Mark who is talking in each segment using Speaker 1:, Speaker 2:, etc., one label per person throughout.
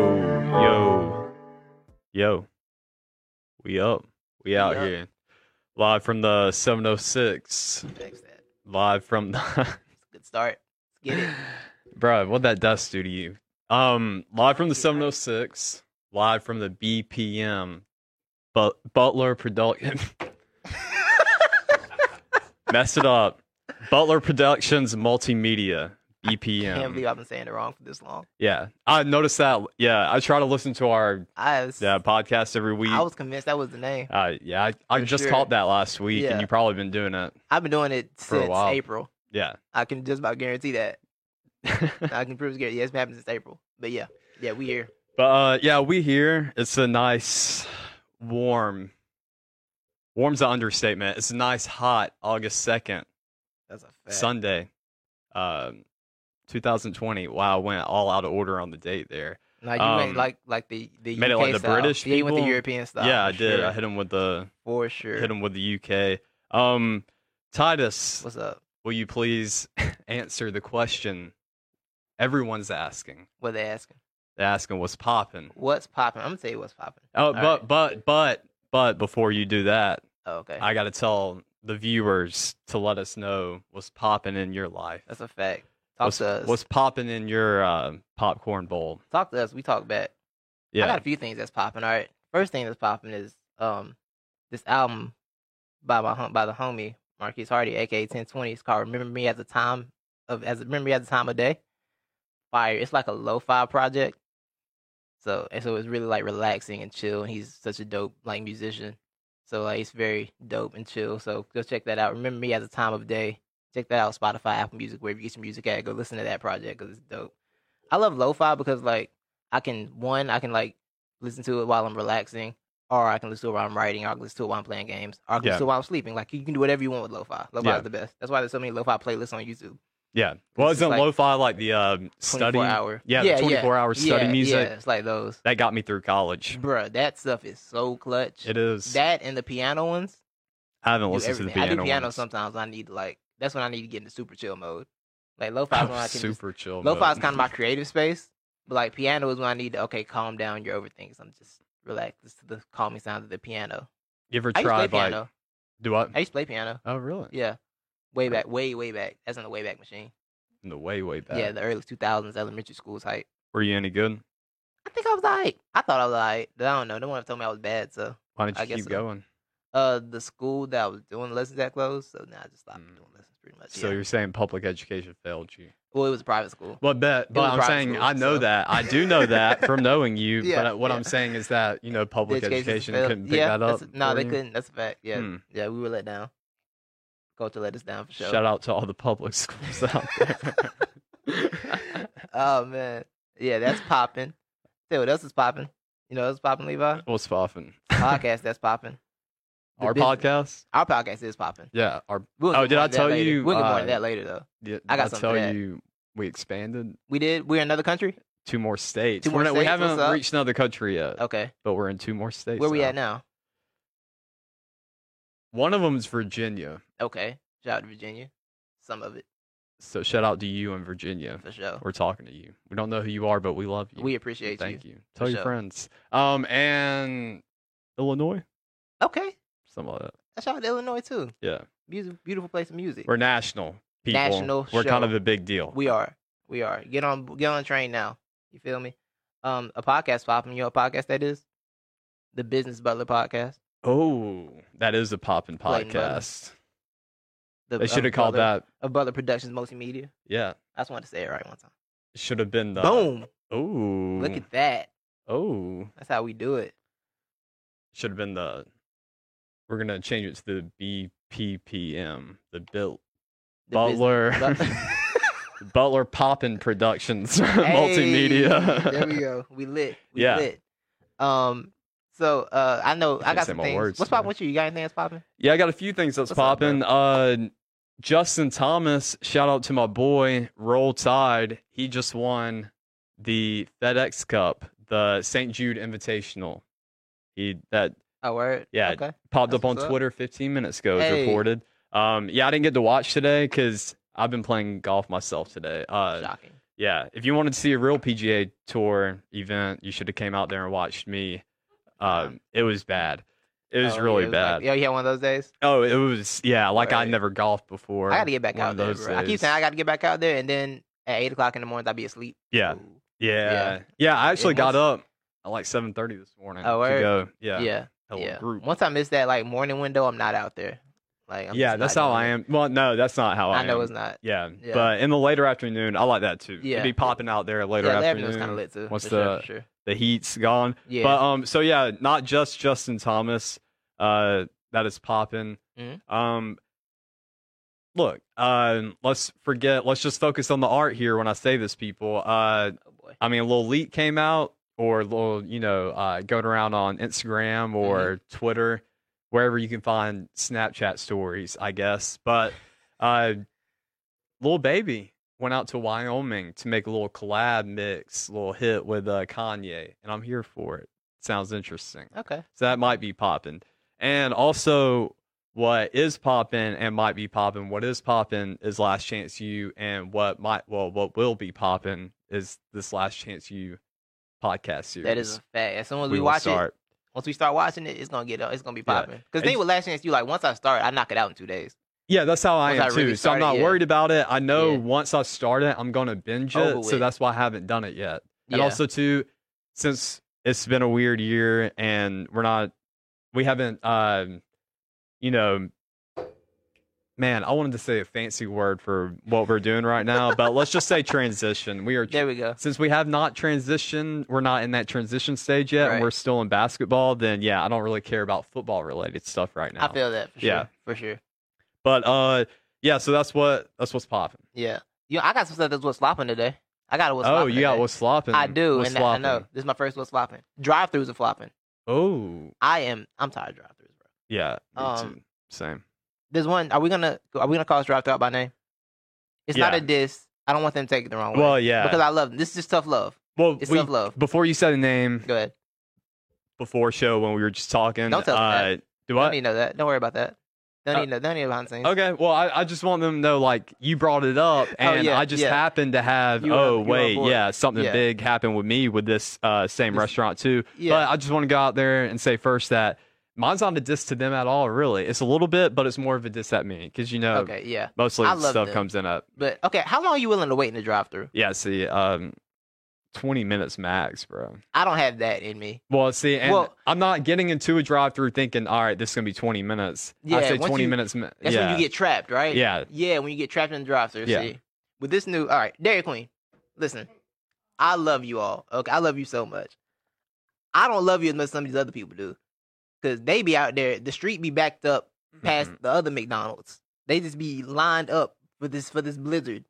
Speaker 1: Yo, yo, yo. We up. We out
Speaker 2: up.
Speaker 1: here. Live from the 706.
Speaker 2: Fix that.
Speaker 1: Live from the.
Speaker 2: It's a good start. Let's get it.
Speaker 1: Bruh, what that dust do to you? Um, live from the
Speaker 2: Yeah.
Speaker 1: 706. Live from the BPM. But Butler Production. Messed it up. Butler Productions Multimedia.
Speaker 2: Can't
Speaker 1: BPM.
Speaker 2: believe I've been saying it wrong for this long.
Speaker 1: Yeah. I noticed that. Yeah. I try to listen to our
Speaker 2: I was,
Speaker 1: uh, podcast every week.
Speaker 2: I was convinced that was the name.
Speaker 1: Uh, yeah, I, I
Speaker 2: For
Speaker 1: just
Speaker 2: sure.
Speaker 1: caught that last week,
Speaker 2: Yeah.
Speaker 1: and you probably been doing it.
Speaker 2: I've been doing it
Speaker 1: For a
Speaker 2: since
Speaker 1: while.
Speaker 2: April.
Speaker 1: Yeah,
Speaker 2: I can just about guarantee that. I can prove it's guaranteed. Yeah, it's been happening since April. But yeah, yeah, we here.
Speaker 1: but uh, yeah, we here. It's a nice, warm. Warm's an understatement. It's a nice, hot August second,
Speaker 2: That's a fact.
Speaker 1: Sunday, um, 2020. Wow, I went all out of order on the date there.
Speaker 2: Like you
Speaker 1: um,
Speaker 2: went like like the the
Speaker 1: made it
Speaker 2: UK
Speaker 1: like the
Speaker 2: style.
Speaker 1: British
Speaker 2: Yeah, you went the
Speaker 1: people?
Speaker 2: European style.
Speaker 1: yeah, I
Speaker 2: for
Speaker 1: did. I
Speaker 2: sure.
Speaker 1: hit him with the
Speaker 2: for sure.
Speaker 1: hit him with the UK. Um, Titus,
Speaker 2: What's up?
Speaker 1: will you please answer the question everyone's asking?
Speaker 2: What they asking?
Speaker 1: They're asking what's popping.
Speaker 2: What's popping? I'm gonna tell you what's popping.
Speaker 1: Oh,
Speaker 2: All
Speaker 1: but
Speaker 2: right.
Speaker 1: but but but before you do that,
Speaker 2: Oh, okay,
Speaker 1: I gotta tell the viewers to let us know what's popping in your life.
Speaker 2: that's a fact. Talk
Speaker 1: What's,
Speaker 2: to us.
Speaker 1: what's popping in your uh, popcorn bowl?
Speaker 2: Talk to us. We talk back. I
Speaker 1: Yeah,
Speaker 2: got a few things that's popping. All right, first thing that's popping is um this album by my hom- by the homie Marquise Hardy, aka 1020. It's called "Remember Me at the Time of as Remember Me at the Time of Day." Fire. It's like a lo-fi project. So and so it's really like relaxing and chill. And he's such a dope like musician. So like it's very dope and chill. So go check that out. Remember Me at the Time of Day. Check that out. Spotify, Apple Music, wherever you get your music at. Go listen to that project because it's dope. I love lo-fi because like. I can one, I can like listen to it while I'm relaxing, or I can listen to it while I'm writing, or I can listen to it while I'm playing games, or I can
Speaker 1: Yeah.
Speaker 2: listen to it while I'm sleeping. Like you can do whatever you want with lo-fi. Lo-fi
Speaker 1: Yeah.
Speaker 2: is the best. That's why there's so many lo-fi playlists on YouTube.
Speaker 1: yeah. Well,
Speaker 2: This is
Speaker 1: isn't
Speaker 2: like
Speaker 1: lo-fi like the um,
Speaker 2: 24
Speaker 1: study?
Speaker 2: hour.
Speaker 1: Yeah, the 24 hour study
Speaker 2: yeah,
Speaker 1: music
Speaker 2: Yeah, it's like those.
Speaker 1: that got me through college.
Speaker 2: Bruh, that stuff is so clutch.
Speaker 1: It is.
Speaker 2: that and the piano ones.
Speaker 1: I haven't
Speaker 2: do
Speaker 1: listened to the
Speaker 2: everything.
Speaker 1: piano.
Speaker 2: I do piano
Speaker 1: ones.
Speaker 2: sometimes. I need to like that's when I need to get into super chill mode. Like lo-fi is when I can just
Speaker 1: Super chill.
Speaker 2: Lo-fi
Speaker 1: mode.
Speaker 2: is kind of my creative space, but like piano is when I need to okay, calm down. You're overthinking. So I'm just relax. This is the calming sound of the piano.
Speaker 1: You ever
Speaker 2: I used to play
Speaker 1: tried like
Speaker 2: piano.
Speaker 1: do what?
Speaker 2: I used to play piano.
Speaker 1: Oh, really?
Speaker 2: Yeah, way back, way way back. That's in the way back machine.
Speaker 1: In the way way back.
Speaker 2: Yeah, the early 2000s elementary school type.
Speaker 1: Were you any good?
Speaker 2: I think I was alright. I thought I was alright. but I don't know. No one ever told me I was bad. So,
Speaker 1: Why didn't
Speaker 2: I
Speaker 1: you
Speaker 2: guess
Speaker 1: keep
Speaker 2: so.
Speaker 1: going?
Speaker 2: uh, the school that I was doing lessons at closed. So now I just stopped
Speaker 1: Mm.
Speaker 2: doing lessons pretty much.
Speaker 1: So
Speaker 2: yeah.
Speaker 1: you're saying public education failed you?
Speaker 2: well, it was a private school.
Speaker 1: Well, bet, but
Speaker 2: was
Speaker 1: I'm
Speaker 2: private
Speaker 1: saying
Speaker 2: school,
Speaker 1: I know
Speaker 2: so.
Speaker 1: that. I do know that from knowing you.
Speaker 2: Yeah,
Speaker 1: but uh, what
Speaker 2: yeah.
Speaker 1: I'm saying is that you know
Speaker 2: The
Speaker 1: public
Speaker 2: education
Speaker 1: education
Speaker 2: failed-
Speaker 1: couldn't pick
Speaker 2: yeah,
Speaker 1: that up.
Speaker 2: that's- No,
Speaker 1: for
Speaker 2: they
Speaker 1: you?
Speaker 2: couldn't. That's a fact. Yeah,
Speaker 1: Hmm.
Speaker 2: yeah, we were let down. Culture let us down for sure.
Speaker 1: Shout out to all the public schools out there.
Speaker 2: oh man, yeah, that's popping. Say what else is popping? You know, what's popping, Levi?
Speaker 1: What's popping?
Speaker 2: Podcast that's popping. The
Speaker 1: Our
Speaker 2: business-
Speaker 1: podcast?
Speaker 2: Our podcast is popping.
Speaker 1: Yeah. Our
Speaker 2: We'll
Speaker 1: Oh,
Speaker 2: get
Speaker 1: did
Speaker 2: more
Speaker 1: I
Speaker 2: to that
Speaker 1: tell
Speaker 2: later.
Speaker 1: you,
Speaker 2: We'll get more
Speaker 1: uh,
Speaker 2: to that later, though.
Speaker 1: yeah,
Speaker 2: I got
Speaker 1: I'll
Speaker 2: something for
Speaker 1: tell
Speaker 2: that.
Speaker 1: you we expanded
Speaker 2: We did. We're in another country.
Speaker 1: two more states.
Speaker 2: Two
Speaker 1: We're
Speaker 2: more
Speaker 1: not- we
Speaker 2: states? What's
Speaker 1: haven't
Speaker 2: up?
Speaker 1: reached another country yet,
Speaker 2: Okay.
Speaker 1: but we're in two more states.
Speaker 2: Where we at now?
Speaker 1: One of them is Virginia.
Speaker 2: Okay. Shout out to Virginia. Some of it
Speaker 1: So shout out to you in Virginia.
Speaker 2: for sure.
Speaker 1: We're talking to you. We don't know who you are, but we love you.
Speaker 2: We appreciate
Speaker 1: Thank
Speaker 2: you.
Speaker 1: you. Tell your
Speaker 2: sure.
Speaker 1: friends. Um, and Illinois,
Speaker 2: Okay.
Speaker 1: something like that.
Speaker 2: That's out to Illinois too.
Speaker 1: Yeah,
Speaker 2: Beautiful, beautiful place of music.
Speaker 1: we're national people.
Speaker 2: National
Speaker 1: We're kind
Speaker 2: show.
Speaker 1: of a big deal.
Speaker 2: We are. We are. Get on get on the train now. You feel me? Um, a podcast popping. You know what podcast that is? The Business Butler podcast.
Speaker 1: oh, that is a poppin'
Speaker 2: Blatant button.
Speaker 1: podcast.
Speaker 2: The,
Speaker 1: They should have called that.
Speaker 2: that of Butler Productions Multimedia.
Speaker 1: Yeah,
Speaker 2: I just wanted to say it right one time.
Speaker 1: should have been the.
Speaker 2: Boom!
Speaker 1: Oh,
Speaker 2: Look at that.
Speaker 1: oh,
Speaker 2: That's how we do it.
Speaker 1: should have been the. We're gonna change it to the BPPM, the built
Speaker 2: The
Speaker 1: Butler.
Speaker 2: Business
Speaker 1: Butler Poppin Productions
Speaker 2: Bu-
Speaker 1: Multimedia.
Speaker 2: Hey, there we go. We lit. We
Speaker 1: Yeah.
Speaker 2: lit. Um. So uh, I know I,
Speaker 1: can't
Speaker 2: got
Speaker 1: say
Speaker 2: some
Speaker 1: my
Speaker 2: things.
Speaker 1: words,
Speaker 2: What's
Speaker 1: man.
Speaker 2: popping with you? You got anything that's popping?
Speaker 1: Yeah, I got a few things that's
Speaker 2: What's up, bro?
Speaker 1: popping. Uh, Justin Thomas, shout out to my boy Roll Tide. He just won the FedEx Cup, the St. Jude Invitational. He that
Speaker 2: Oh, word.
Speaker 1: Yeah,
Speaker 2: Okay.
Speaker 1: popped
Speaker 2: That's
Speaker 1: up on
Speaker 2: what's up.
Speaker 1: Twitter 15 minutes ago. It was
Speaker 2: Hey.
Speaker 1: reported. Um, yeah, I didn't get to watch today because I've been playing golf myself today. Uh,
Speaker 2: Shocking.
Speaker 1: yeah, if you wanted to see a real PGA Tour event, you should have came out there and watched me. Um, it was bad. It was
Speaker 2: Oh,
Speaker 1: really
Speaker 2: yeah, it
Speaker 1: bad.
Speaker 2: Like, yeah, you had one of those days.
Speaker 1: Oh, it was yeah, like I
Speaker 2: Right.
Speaker 1: never golfed before.
Speaker 2: I gotta get back
Speaker 1: one
Speaker 2: out
Speaker 1: of
Speaker 2: there,
Speaker 1: those
Speaker 2: bro. I keep
Speaker 1: days.
Speaker 2: saying I gotta get back out there, and then at eight o'clock in the morning I'll be asleep.
Speaker 1: yeah,
Speaker 2: Ooh.
Speaker 1: yeah, yeah,
Speaker 2: Yeah.
Speaker 1: I actually
Speaker 2: It
Speaker 1: got
Speaker 2: must-
Speaker 1: up at like seven thirty this morning
Speaker 2: Oh,
Speaker 1: to
Speaker 2: word?
Speaker 1: go. Yeah,
Speaker 2: yeah, yeah.
Speaker 1: a little group.
Speaker 2: Once I miss that like morning window, I'm not out there. Like, I'm
Speaker 1: yeah,
Speaker 2: just
Speaker 1: that's
Speaker 2: not
Speaker 1: how
Speaker 2: doing
Speaker 1: I
Speaker 2: it.
Speaker 1: am. Oh, Well, no, that's not how I,
Speaker 2: I know
Speaker 1: am.
Speaker 2: it's not.
Speaker 1: Yeah,
Speaker 2: Yeah.
Speaker 1: but in the later afternoon, I like that too.
Speaker 2: Yeah.
Speaker 1: It'd be popping out there later
Speaker 2: yeah,
Speaker 1: afternoon.
Speaker 2: afternoon's kind of lit too.
Speaker 1: What's
Speaker 2: for sure,
Speaker 1: the-
Speaker 2: for sure.
Speaker 1: The heat's gone.
Speaker 2: Yeah,
Speaker 1: But um, so yeah, not just Justin Thomas, uh, that is popping.
Speaker 2: Mhm.
Speaker 1: Um, look, uh, let's forget. Let's just focus on the art here. When I say this, people, uh,
Speaker 2: oh boy,
Speaker 1: I mean, Lil Leak came out, or Lil, you know, uh, going around on Instagram or Twitter, wherever you can find Snapchat stories, I guess. But uh, Lil Baby went out to Wyoming to make a little collab mix, little hit with uh, Kanye, and I'm here for it. Sounds interesting.
Speaker 2: okay,
Speaker 1: So that might be popping. And also, what is popping and might be popping, what is popping is Last Chance You, and what might, well, what will be popping is this Last Chance You podcast series.
Speaker 2: that is a fact. As soon as
Speaker 1: we,
Speaker 2: we,
Speaker 1: will
Speaker 2: watch
Speaker 1: start.
Speaker 2: it, once we start watching it, it's gonna get up. It's gonna be
Speaker 1: Yeah.
Speaker 2: popping. Because
Speaker 1: It's-
Speaker 2: then with last chance, you like once I start, I knock it out in two days.
Speaker 1: Yeah, that's how I
Speaker 2: Once
Speaker 1: am
Speaker 2: I
Speaker 1: too.
Speaker 2: really
Speaker 1: so I'm
Speaker 2: start it,
Speaker 1: not
Speaker 2: yeah.
Speaker 1: worried about it. I know
Speaker 2: Yeah.
Speaker 1: once I start it, I'm gonna binge it.
Speaker 2: Over
Speaker 1: So
Speaker 2: with.
Speaker 1: that's why I haven't done it yet.
Speaker 2: Yeah.
Speaker 1: And also too, since it's been a weird year and we're not we haven't um you know man, I wanted to say a fancy word for what we're doing right now, but let's just say transition. We are
Speaker 2: there we go.
Speaker 1: since we have not transitioned, we're not in that transition stage yet,
Speaker 2: Right.
Speaker 1: and we're still in basketball, then yeah, I don't really care about football related stuff right now.
Speaker 2: I feel that. For
Speaker 1: Yeah.
Speaker 2: sure, for sure.
Speaker 1: But uh yeah, so that's what that's what's popping.
Speaker 2: Yeah, you. Know, I got some stuff that's what's flopping today. I got a what's
Speaker 1: oh,
Speaker 2: flopping
Speaker 1: you got
Speaker 2: today.
Speaker 1: what's flopping.
Speaker 2: I do,
Speaker 1: What's
Speaker 2: and I- I know this is my first what's flopping. Drive throughs are flopping.
Speaker 1: Oh,
Speaker 2: I am. I'm tired of drive throughs, bro.
Speaker 1: yeah. Me
Speaker 2: Um,
Speaker 1: too. Same.
Speaker 2: There's one. Are we gonna are we gonna call us drive through out by name? It's not
Speaker 1: Yeah.
Speaker 2: a diss. I don't want them to take it the wrong way.
Speaker 1: Well, yeah.
Speaker 2: because I love this is tough love.
Speaker 1: well,
Speaker 2: It's
Speaker 1: we-
Speaker 2: tough love.
Speaker 1: before you said the name
Speaker 2: Go ahead.
Speaker 1: before show when we were just talking,
Speaker 2: Don't tell them
Speaker 1: uh, do
Speaker 2: Don't need
Speaker 1: I?
Speaker 2: to know that. Don't worry about that. Don't
Speaker 1: Uh,
Speaker 2: need to know. Don't need to know behind the scenes.
Speaker 1: Okay. Well, I, I just want them to know like you brought it up, and
Speaker 2: Oh, yeah,
Speaker 1: I just
Speaker 2: yeah.
Speaker 1: happened to have.
Speaker 2: You were-
Speaker 1: oh
Speaker 2: you were
Speaker 1: wait,
Speaker 2: on board.
Speaker 1: yeah, something
Speaker 2: Yeah.
Speaker 1: big happened with me with this uh, same
Speaker 2: This-
Speaker 1: restaurant too.
Speaker 2: Yeah.
Speaker 1: But I just want to go out there and say first that mine's not a diss to them at all. Really, it's a little bit, but it's more of a diss at me because you know
Speaker 2: okay. Yeah.
Speaker 1: mostly
Speaker 2: I love
Speaker 1: stuff
Speaker 2: them.
Speaker 1: comes in at
Speaker 2: But okay, how long are you willing to wait in the drive through?
Speaker 1: Yeah, see, um, twenty minutes max, bro.
Speaker 2: I don't have that in me.
Speaker 1: Well, see, and
Speaker 2: Well-
Speaker 1: I'm not getting into a drive-through thinking, all right, this is gonna be twenty minutes. I
Speaker 2: Yeah,
Speaker 1: say
Speaker 2: once
Speaker 1: twenty
Speaker 2: you-
Speaker 1: minutes. mi-
Speaker 2: That's
Speaker 1: yeah,
Speaker 2: when you get trapped, right?
Speaker 1: yeah,
Speaker 2: Yeah, when you get trapped in the drive through.
Speaker 1: Yeah.
Speaker 2: See, with this new, all right, Dairy Queen. Listen, I love you all. Okay, I love you so much. I don't love you as much as some of these other people do, because they be out there. The street be backed up past
Speaker 1: Mhm.
Speaker 2: the other McDonald's. They just be lined up for this for this blizzard,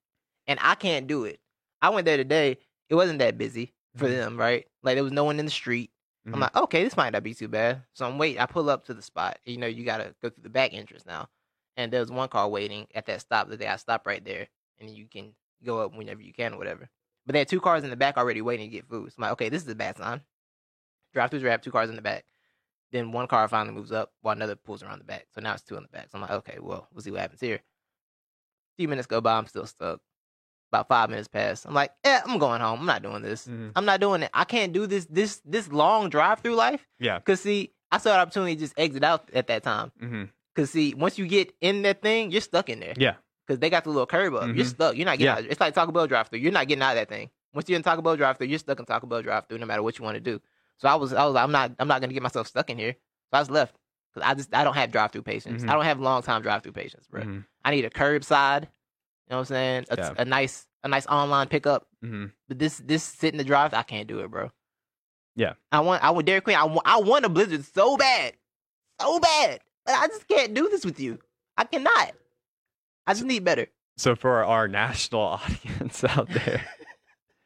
Speaker 2: and I can't do it. I went there today. It wasn't that busy for
Speaker 1: Mhm.
Speaker 2: them, right? Like there was no one in the street.
Speaker 1: Mhm.
Speaker 2: I'm like, okay, this might not be too bad. So I'm wait. I pull up to the spot. You know, you gotta go through the back entrance now and there was one car waiting at that stop that they got stop right there and you can go up whenever you can or whatever. But they had two cars in the back already waiting to get food. So I'm like, okay, this is a bad sign. Drive throughs wrap, two cars in the back. Then one car finally moves up while another pulls around the back. So now it's two in the back. So I'm like, okay, well, we'll see what happens here. few minutes go by, I'm still stuck. About five minutes pass. I'm like, yeah, I'm going home. I'm not doing this.
Speaker 1: Mhm.
Speaker 2: I'm not doing it. I can't do this this this long drive through life.
Speaker 1: Yeah.
Speaker 2: Cause see, I saw an opportunity to just exit out at that time.
Speaker 1: hmm
Speaker 2: Cause see, once you get in that thing, you're stuck in there.
Speaker 1: Yeah.
Speaker 2: Cause they got the little curb up. You're
Speaker 1: Mhm.
Speaker 2: stuck. You're not getting
Speaker 1: Yeah.
Speaker 2: out. It's like Taco Bell drive through. You're not getting out of that thing. Once you're in Taco Bell drive through, you're stuck in Taco Bell drive through no matter what you want to do. So I was I was like, I'm not I'm not gonna get myself stuck in here. So I just left. Cause I just I don't have drive through patience.
Speaker 1: Mhm.
Speaker 2: I don't have long time drive through patience, bro.
Speaker 1: Mhm.
Speaker 2: I need a curbside. You know what I'm saying? A,
Speaker 1: Yeah.
Speaker 2: a nice a nice online pickup.
Speaker 1: Mhm.
Speaker 2: But this this sit in the drive, I can't do it, bro.
Speaker 1: Yeah.
Speaker 2: I want I want Dairy Queen. I want I want a Blizzard so bad, so bad. But I just can't do this with you. I cannot. I just need better.
Speaker 1: So for our national audience out there,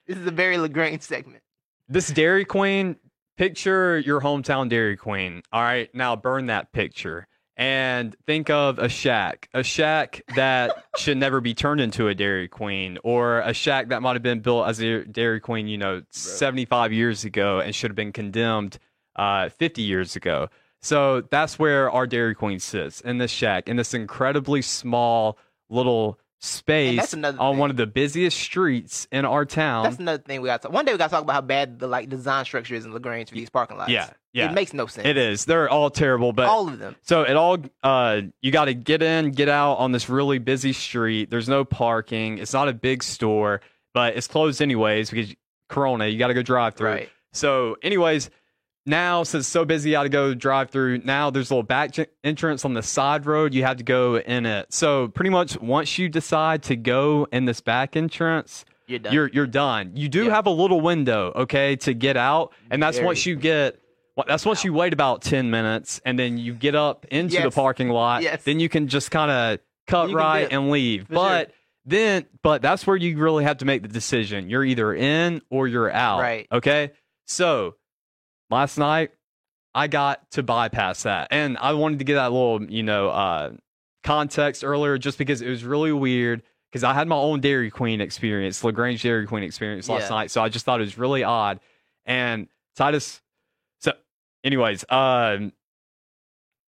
Speaker 2: This is a very Lagrange segment.
Speaker 1: this Dairy Queen picture your hometown Dairy Queen. All right, now burn that picture and think of a shack, a shack that should never be turned into a Dairy Queen, or a shack that might have been built as a Dairy Queen, you know, seventy-five years ago and should have been condemned uh, fifty years ago. So that's where our Dairy Queen sits in this shack in this incredibly small little space on
Speaker 2: another thing.
Speaker 1: one of the busiest streets in our town.
Speaker 2: That's another thing we got to talk. One day we got to talk about how bad the like design structure is in Lagrange for these parking lots.
Speaker 1: yeah, yeah.
Speaker 2: It makes no sense.
Speaker 1: It is. They're all terrible, but
Speaker 2: All of them.
Speaker 1: so it all uh you got to get in, get out on this really busy street. There's no parking. It's not a big store, but it's closed anyways because corona, you got to go drive through.
Speaker 2: Right.
Speaker 1: So anyways, now since it's so busy, I had to go drive through. Now there's a little back gen- entrance on the side road. You have to go in it. So pretty much once you decide to go in this back entrance,
Speaker 2: You're done.
Speaker 1: you're you're done. You do
Speaker 2: Yeah.
Speaker 1: have a little window, okay, to get out, and that's
Speaker 2: Very
Speaker 1: once you get. well, That's once you wait about ten minutes, and then you get up into the
Speaker 2: Yes.
Speaker 1: parking lot.
Speaker 2: Yes.
Speaker 1: Then you can just kind of cut
Speaker 2: You can
Speaker 1: right
Speaker 2: dip,
Speaker 1: and leave.
Speaker 2: for
Speaker 1: But then, but that's where you really have to make the decision. You're either in or you're out.
Speaker 2: Right.
Speaker 1: Okay. So last night, I got to bypass that, and I wanted to get that little, you know, uh, context earlier, just because it was really weird because I had my own Dairy Queen experience, Lagrange Dairy Queen experience last
Speaker 2: Yeah.
Speaker 1: night. So I just thought it was really odd. And Titus, so, anyways, um,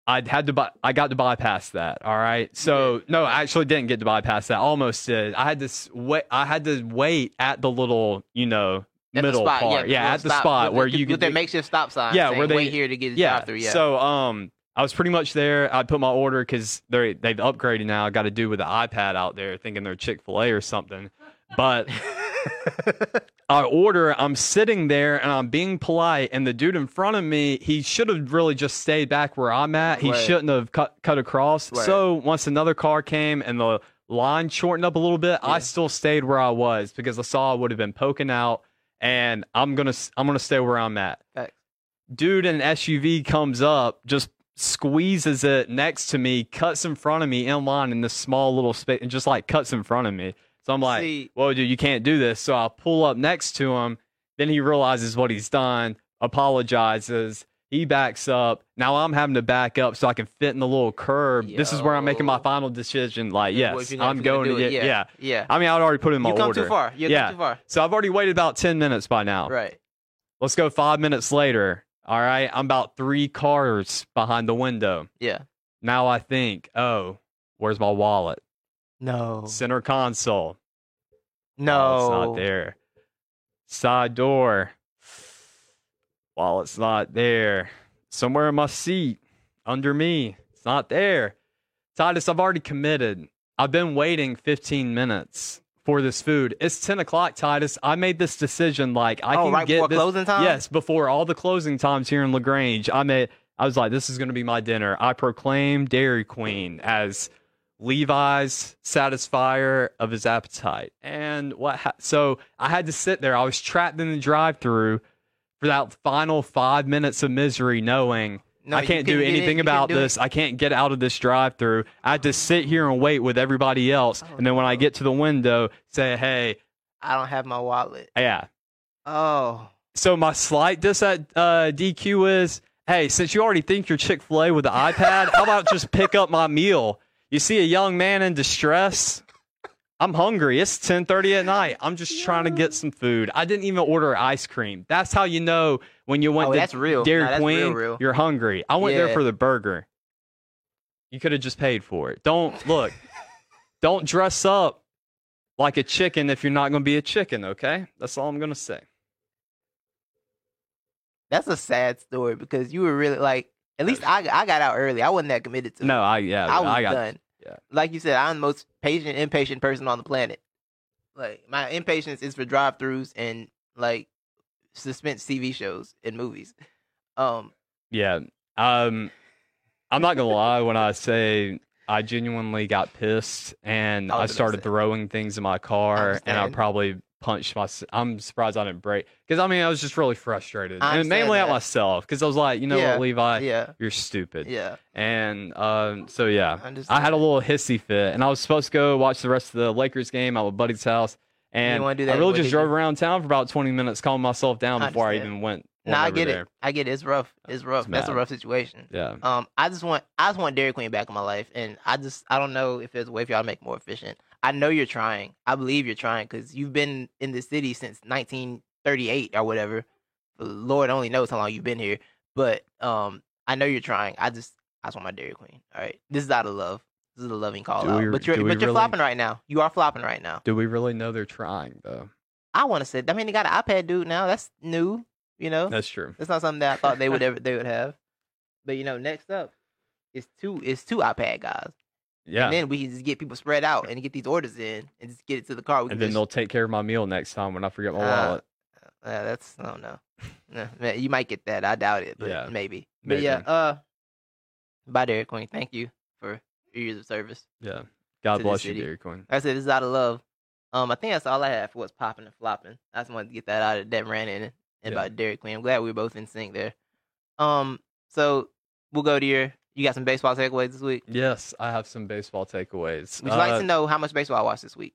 Speaker 1: I had to buy. I got to bypass that. All right. So no, I actually didn't get to bypass that. Almost did. I had to s- wait. I had to wait at the little, you know,
Speaker 2: At the
Speaker 1: middle
Speaker 2: spot,
Speaker 1: part. Yeah,
Speaker 2: little
Speaker 1: at the
Speaker 2: stop-
Speaker 1: spot
Speaker 2: with
Speaker 1: where
Speaker 2: the-
Speaker 1: you
Speaker 2: with
Speaker 1: could
Speaker 2: their makeshift stop sign.
Speaker 1: Yeah,
Speaker 2: saying,
Speaker 1: where they-
Speaker 2: wait here to get the
Speaker 1: yeah.
Speaker 2: drive through. Yeah.
Speaker 1: So um, I was pretty much there. I put my order because they they've upgraded now. I got to do with the iPad out there, thinking they're Chick Fil A or something. But I order. I'm sitting there and I'm being polite, and the dude in front of me, he should have really just stayed back where I'm at. He
Speaker 2: Right.
Speaker 1: shouldn't have cut cut across.
Speaker 2: Right.
Speaker 1: So once another car came and the line shortened up a little bit,
Speaker 2: Yeah.
Speaker 1: I still stayed where I was because I saw I would have been poking out, and I'm gonna s- I'm gonna stay where I'm at dude in an SUV comes up, just squeezes it next to me, cuts in front of me in line in this small little space, and just like cuts in front of me. So I'm like,
Speaker 2: See-
Speaker 1: "Whoa, dude, you can't do this." So I pull up next to him. Then he realizes what he's done, apologizes. He backs up. Now I'm having to back up so I can fit in the little curb. This is where I'm making my
Speaker 2: Yo.
Speaker 1: final decision. Like,
Speaker 2: Yeah, well,
Speaker 1: yes,
Speaker 2: if you're gonna-
Speaker 1: I'm
Speaker 2: if you're
Speaker 1: going
Speaker 2: gonna
Speaker 1: to
Speaker 2: do
Speaker 1: get.
Speaker 2: it,
Speaker 1: Yeah.
Speaker 2: yeah, yeah.
Speaker 1: I mean, I'd already put in my
Speaker 2: you come
Speaker 1: order.
Speaker 2: too far. You
Speaker 1: Yeah. Um,
Speaker 2: come too far.
Speaker 1: So I've already waited about ten minutes by now.
Speaker 2: Right.
Speaker 1: Let's go five minutes later. All right. I'm about three cars behind the window.
Speaker 2: Yeah.
Speaker 1: Now I think, oh, where's my wallet?
Speaker 2: No.
Speaker 1: Center console.
Speaker 2: no.
Speaker 1: Wallet's not there. Side door. Wallet's not there. Somewhere in my seat, under me. It's not there. Titus, I've already committed. I've been waiting 15 minutes for this food. It's 10 o'clock, Titus. I made this decision like I
Speaker 2: Oh,
Speaker 1: can
Speaker 2: right
Speaker 1: get
Speaker 2: before
Speaker 1: this.
Speaker 2: closing time?
Speaker 1: Yes, before all the closing times here in Lagrange. I made. I was like, this is going to be my dinner. I proclaim Dairy Queen as Levi's satisfier of his appetite. And what ha- so I had to sit there. I was trapped in the drive-through for that final 5 minutes of misery knowing
Speaker 2: No,
Speaker 1: I
Speaker 2: you
Speaker 1: can't do
Speaker 2: couldn't get in,
Speaker 1: anything
Speaker 2: you couldn't
Speaker 1: about
Speaker 2: do it.
Speaker 1: this. I can't get out of this drive-through. I had to sit here and wait with everybody else.
Speaker 2: Oh,
Speaker 1: and then when I get to the window, say, "Hey,
Speaker 2: I don't have my wallet.
Speaker 1: yeah."
Speaker 2: Oh.
Speaker 1: So my slight diss at uh, DQ is, "Hey, since you already think you're Chick-fil-A with the iPad, how about just pick up my meal? You see a young man in distress? I'm hungry. It's 10:30 at night. I'm just trying to get some food. I didn't even order ice cream. That's how you know when you went
Speaker 2: Oh,
Speaker 1: to
Speaker 2: that's real.
Speaker 1: Dairy
Speaker 2: Nah, that's
Speaker 1: Queen,
Speaker 2: real, real.
Speaker 1: you're hungry. I went there
Speaker 2: Yeah.
Speaker 1: for the burger. You could have just paid for it. Don't look. don't dress up like a chicken if you're not going to be a chicken, okay? That's all I'm going to say.
Speaker 2: That's a sad story because you were really like. At least I, I got out early. I wasn't that committed to. it.
Speaker 1: No, I yeah,
Speaker 2: I was
Speaker 1: got
Speaker 2: done.
Speaker 1: yeah.
Speaker 2: Like you said, I'm the most patient, impatient person on the planet. Like my impatience is for drive-throughs and like suspense TV shows and movies. Um,
Speaker 1: Yeah. Um I'm not gonna lie when I say I genuinely got pissed and
Speaker 2: I was
Speaker 1: I
Speaker 2: gonna
Speaker 1: started
Speaker 2: say.
Speaker 1: throwing things in my car and I
Speaker 2: understand.
Speaker 1: probably punched my I'm surprised I didn't break because I mean I was just really frustrated
Speaker 2: I
Speaker 1: and mainly
Speaker 2: understand
Speaker 1: at
Speaker 2: that.
Speaker 1: myself because I was like you know
Speaker 2: Yeah,
Speaker 1: what Levi
Speaker 2: yeah,
Speaker 1: you're stupid
Speaker 2: yeah.
Speaker 1: and um so yeah
Speaker 2: I understand.
Speaker 1: I had a little hissy fit, and I was supposed to go watch the rest of the Lakers game at my buddy's house. And
Speaker 2: wanna do
Speaker 1: I
Speaker 2: that,
Speaker 1: really
Speaker 2: what
Speaker 1: just
Speaker 2: did you-
Speaker 1: drove around town for about 20 minutes, calming myself down
Speaker 2: I
Speaker 1: before I
Speaker 2: understand.
Speaker 1: even went.
Speaker 2: No, I
Speaker 1: over
Speaker 2: get
Speaker 1: there.
Speaker 2: it. I get it. It's rough. It's rough. That's a
Speaker 1: bad.
Speaker 2: rough situation.
Speaker 1: Yeah.
Speaker 2: Um, I just want I just want Dairy Queen back in my life, and I just I don't know if there's a way for y'all to make it more efficient. I know you're trying. I believe you're trying because you've been in this city since 1938 or whatever. The Lord only knows how long you've been here, but um, I know you're trying. I just I just want my Dairy Queen. All right, this is out of love. This is a loving call
Speaker 1: Do
Speaker 2: out.
Speaker 1: we-
Speaker 2: but you're
Speaker 1: do
Speaker 2: but
Speaker 1: we
Speaker 2: you're
Speaker 1: really-
Speaker 2: flopping right now. You are flopping right now.
Speaker 1: Do we really know they're trying though?
Speaker 2: I want to say. I mean, they got an iPad dude now. That's new. You know,
Speaker 1: That's true.
Speaker 2: that's not something that I thought they would ever they would have. But you know, next up is two is two iPad guys.
Speaker 1: Yeah.
Speaker 2: And then we can just get people spread out and get these orders in and just get it to the car. We can
Speaker 1: And then
Speaker 2: just,
Speaker 1: they'll take care of my meal next time when I forget my
Speaker 2: Uh,
Speaker 1: wallet.
Speaker 2: uh, that's I don't know. Nah, man, you might get that. I doubt it, but
Speaker 1: Yeah,
Speaker 2: maybe. But yeah,
Speaker 1: maybe.
Speaker 2: uh bye Derek Queen. Thank you for your years of service.
Speaker 1: Yeah.
Speaker 2: to
Speaker 1: God
Speaker 2: the
Speaker 1: bless you,
Speaker 2: city.
Speaker 1: Dairy Queen.
Speaker 2: Like I said this is out of love. Um I think that's all I had for what's popping and flopping. I just wanted to get that out of that ran in and
Speaker 1: Yeah.
Speaker 2: about Derek Queen. I'm glad we were both in sync there. Um so we'll go to your you got some baseball takeaways this week.
Speaker 1: Yes, I have some baseball takeaways.
Speaker 2: Would you like
Speaker 1: Uh,
Speaker 2: to know how much baseball I watched this week?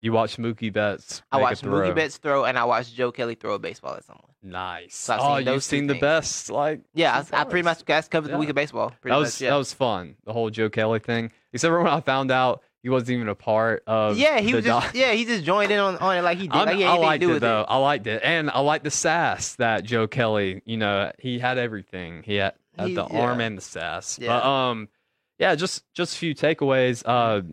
Speaker 1: you watch Mookie Betts.
Speaker 2: I
Speaker 1: make a
Speaker 2: watched
Speaker 1: throw.
Speaker 2: Mookie Betts throw, and I watched Joe Kelly throw a baseball at someone.
Speaker 1: Nice.
Speaker 2: I've
Speaker 1: oh,
Speaker 2: seen
Speaker 1: you've
Speaker 2: those two
Speaker 1: seen the
Speaker 2: things.
Speaker 1: best. Like
Speaker 2: Yeah,
Speaker 1: since
Speaker 2: I, I pretty
Speaker 1: was-
Speaker 2: much that's covered the week
Speaker 1: Yeah.
Speaker 2: of baseball. Pretty
Speaker 1: that was
Speaker 2: much, yeah.
Speaker 1: that was fun. The whole Joe Kelly thing. Except for when I found out he wasn't even a part of.
Speaker 2: yeah, he
Speaker 1: the
Speaker 2: was just
Speaker 1: doc-
Speaker 2: yeah, he just joined in on, on it like he did.
Speaker 1: I'm-
Speaker 2: Like, he had
Speaker 1: I
Speaker 2: anything to
Speaker 1: liked
Speaker 2: do
Speaker 1: it
Speaker 2: with
Speaker 1: though. I liked it, and I liked the sass that Joe Kelly. You know, he had everything. He had, had
Speaker 2: He-
Speaker 1: the
Speaker 2: yeah.
Speaker 1: arm and the sass. But
Speaker 2: Yeah.
Speaker 1: um, yeah, just just a few takeaways. Uh,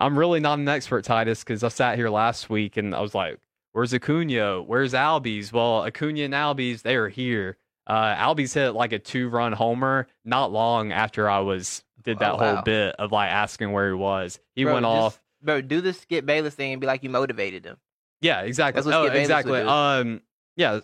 Speaker 1: I'm really not an expert, Titus, because I sat here last week and I was like, "Where's Acuna? Where's Albies?" Well, Acuna and Albies, they are here. Uh, Albies hit like a two-run homer not long after I was did that
Speaker 2: Oh,
Speaker 1: whole
Speaker 2: wow.
Speaker 1: bit of like asking where he was. He
Speaker 2: Bro,
Speaker 1: went
Speaker 2: just-
Speaker 1: off.
Speaker 2: Bro, do the Skip Bayless thing and be like you motivated him.
Speaker 1: Yeah, exactly.
Speaker 2: That's what
Speaker 1: oh,
Speaker 2: Skip Bayless would
Speaker 1: exactly.
Speaker 2: do.
Speaker 1: Um, yeah,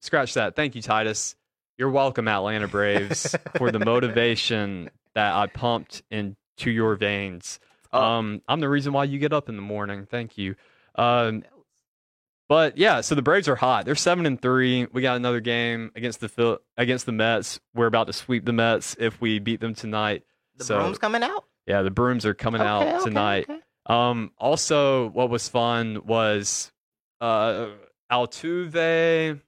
Speaker 1: scratch that. Thank you, Titus. You're welcome, Atlanta Braves, for the motivation that I pumped into your veins.
Speaker 2: Oh.
Speaker 1: Um, I'm the reason why you get up in the morning. Thank you. Um, but yeah, so the Braves are hot. They're seven and three. We got another game against the Phil- against the Mets. We're about to sweep the Mets if we beat them tonight.
Speaker 2: The
Speaker 1: So-
Speaker 2: broom's coming out.
Speaker 1: Yeah, the brooms are coming
Speaker 2: Okay,
Speaker 1: out
Speaker 2: okay,
Speaker 1: tonight.
Speaker 2: okay.
Speaker 1: Um, also, what was fun was uh, Altuve.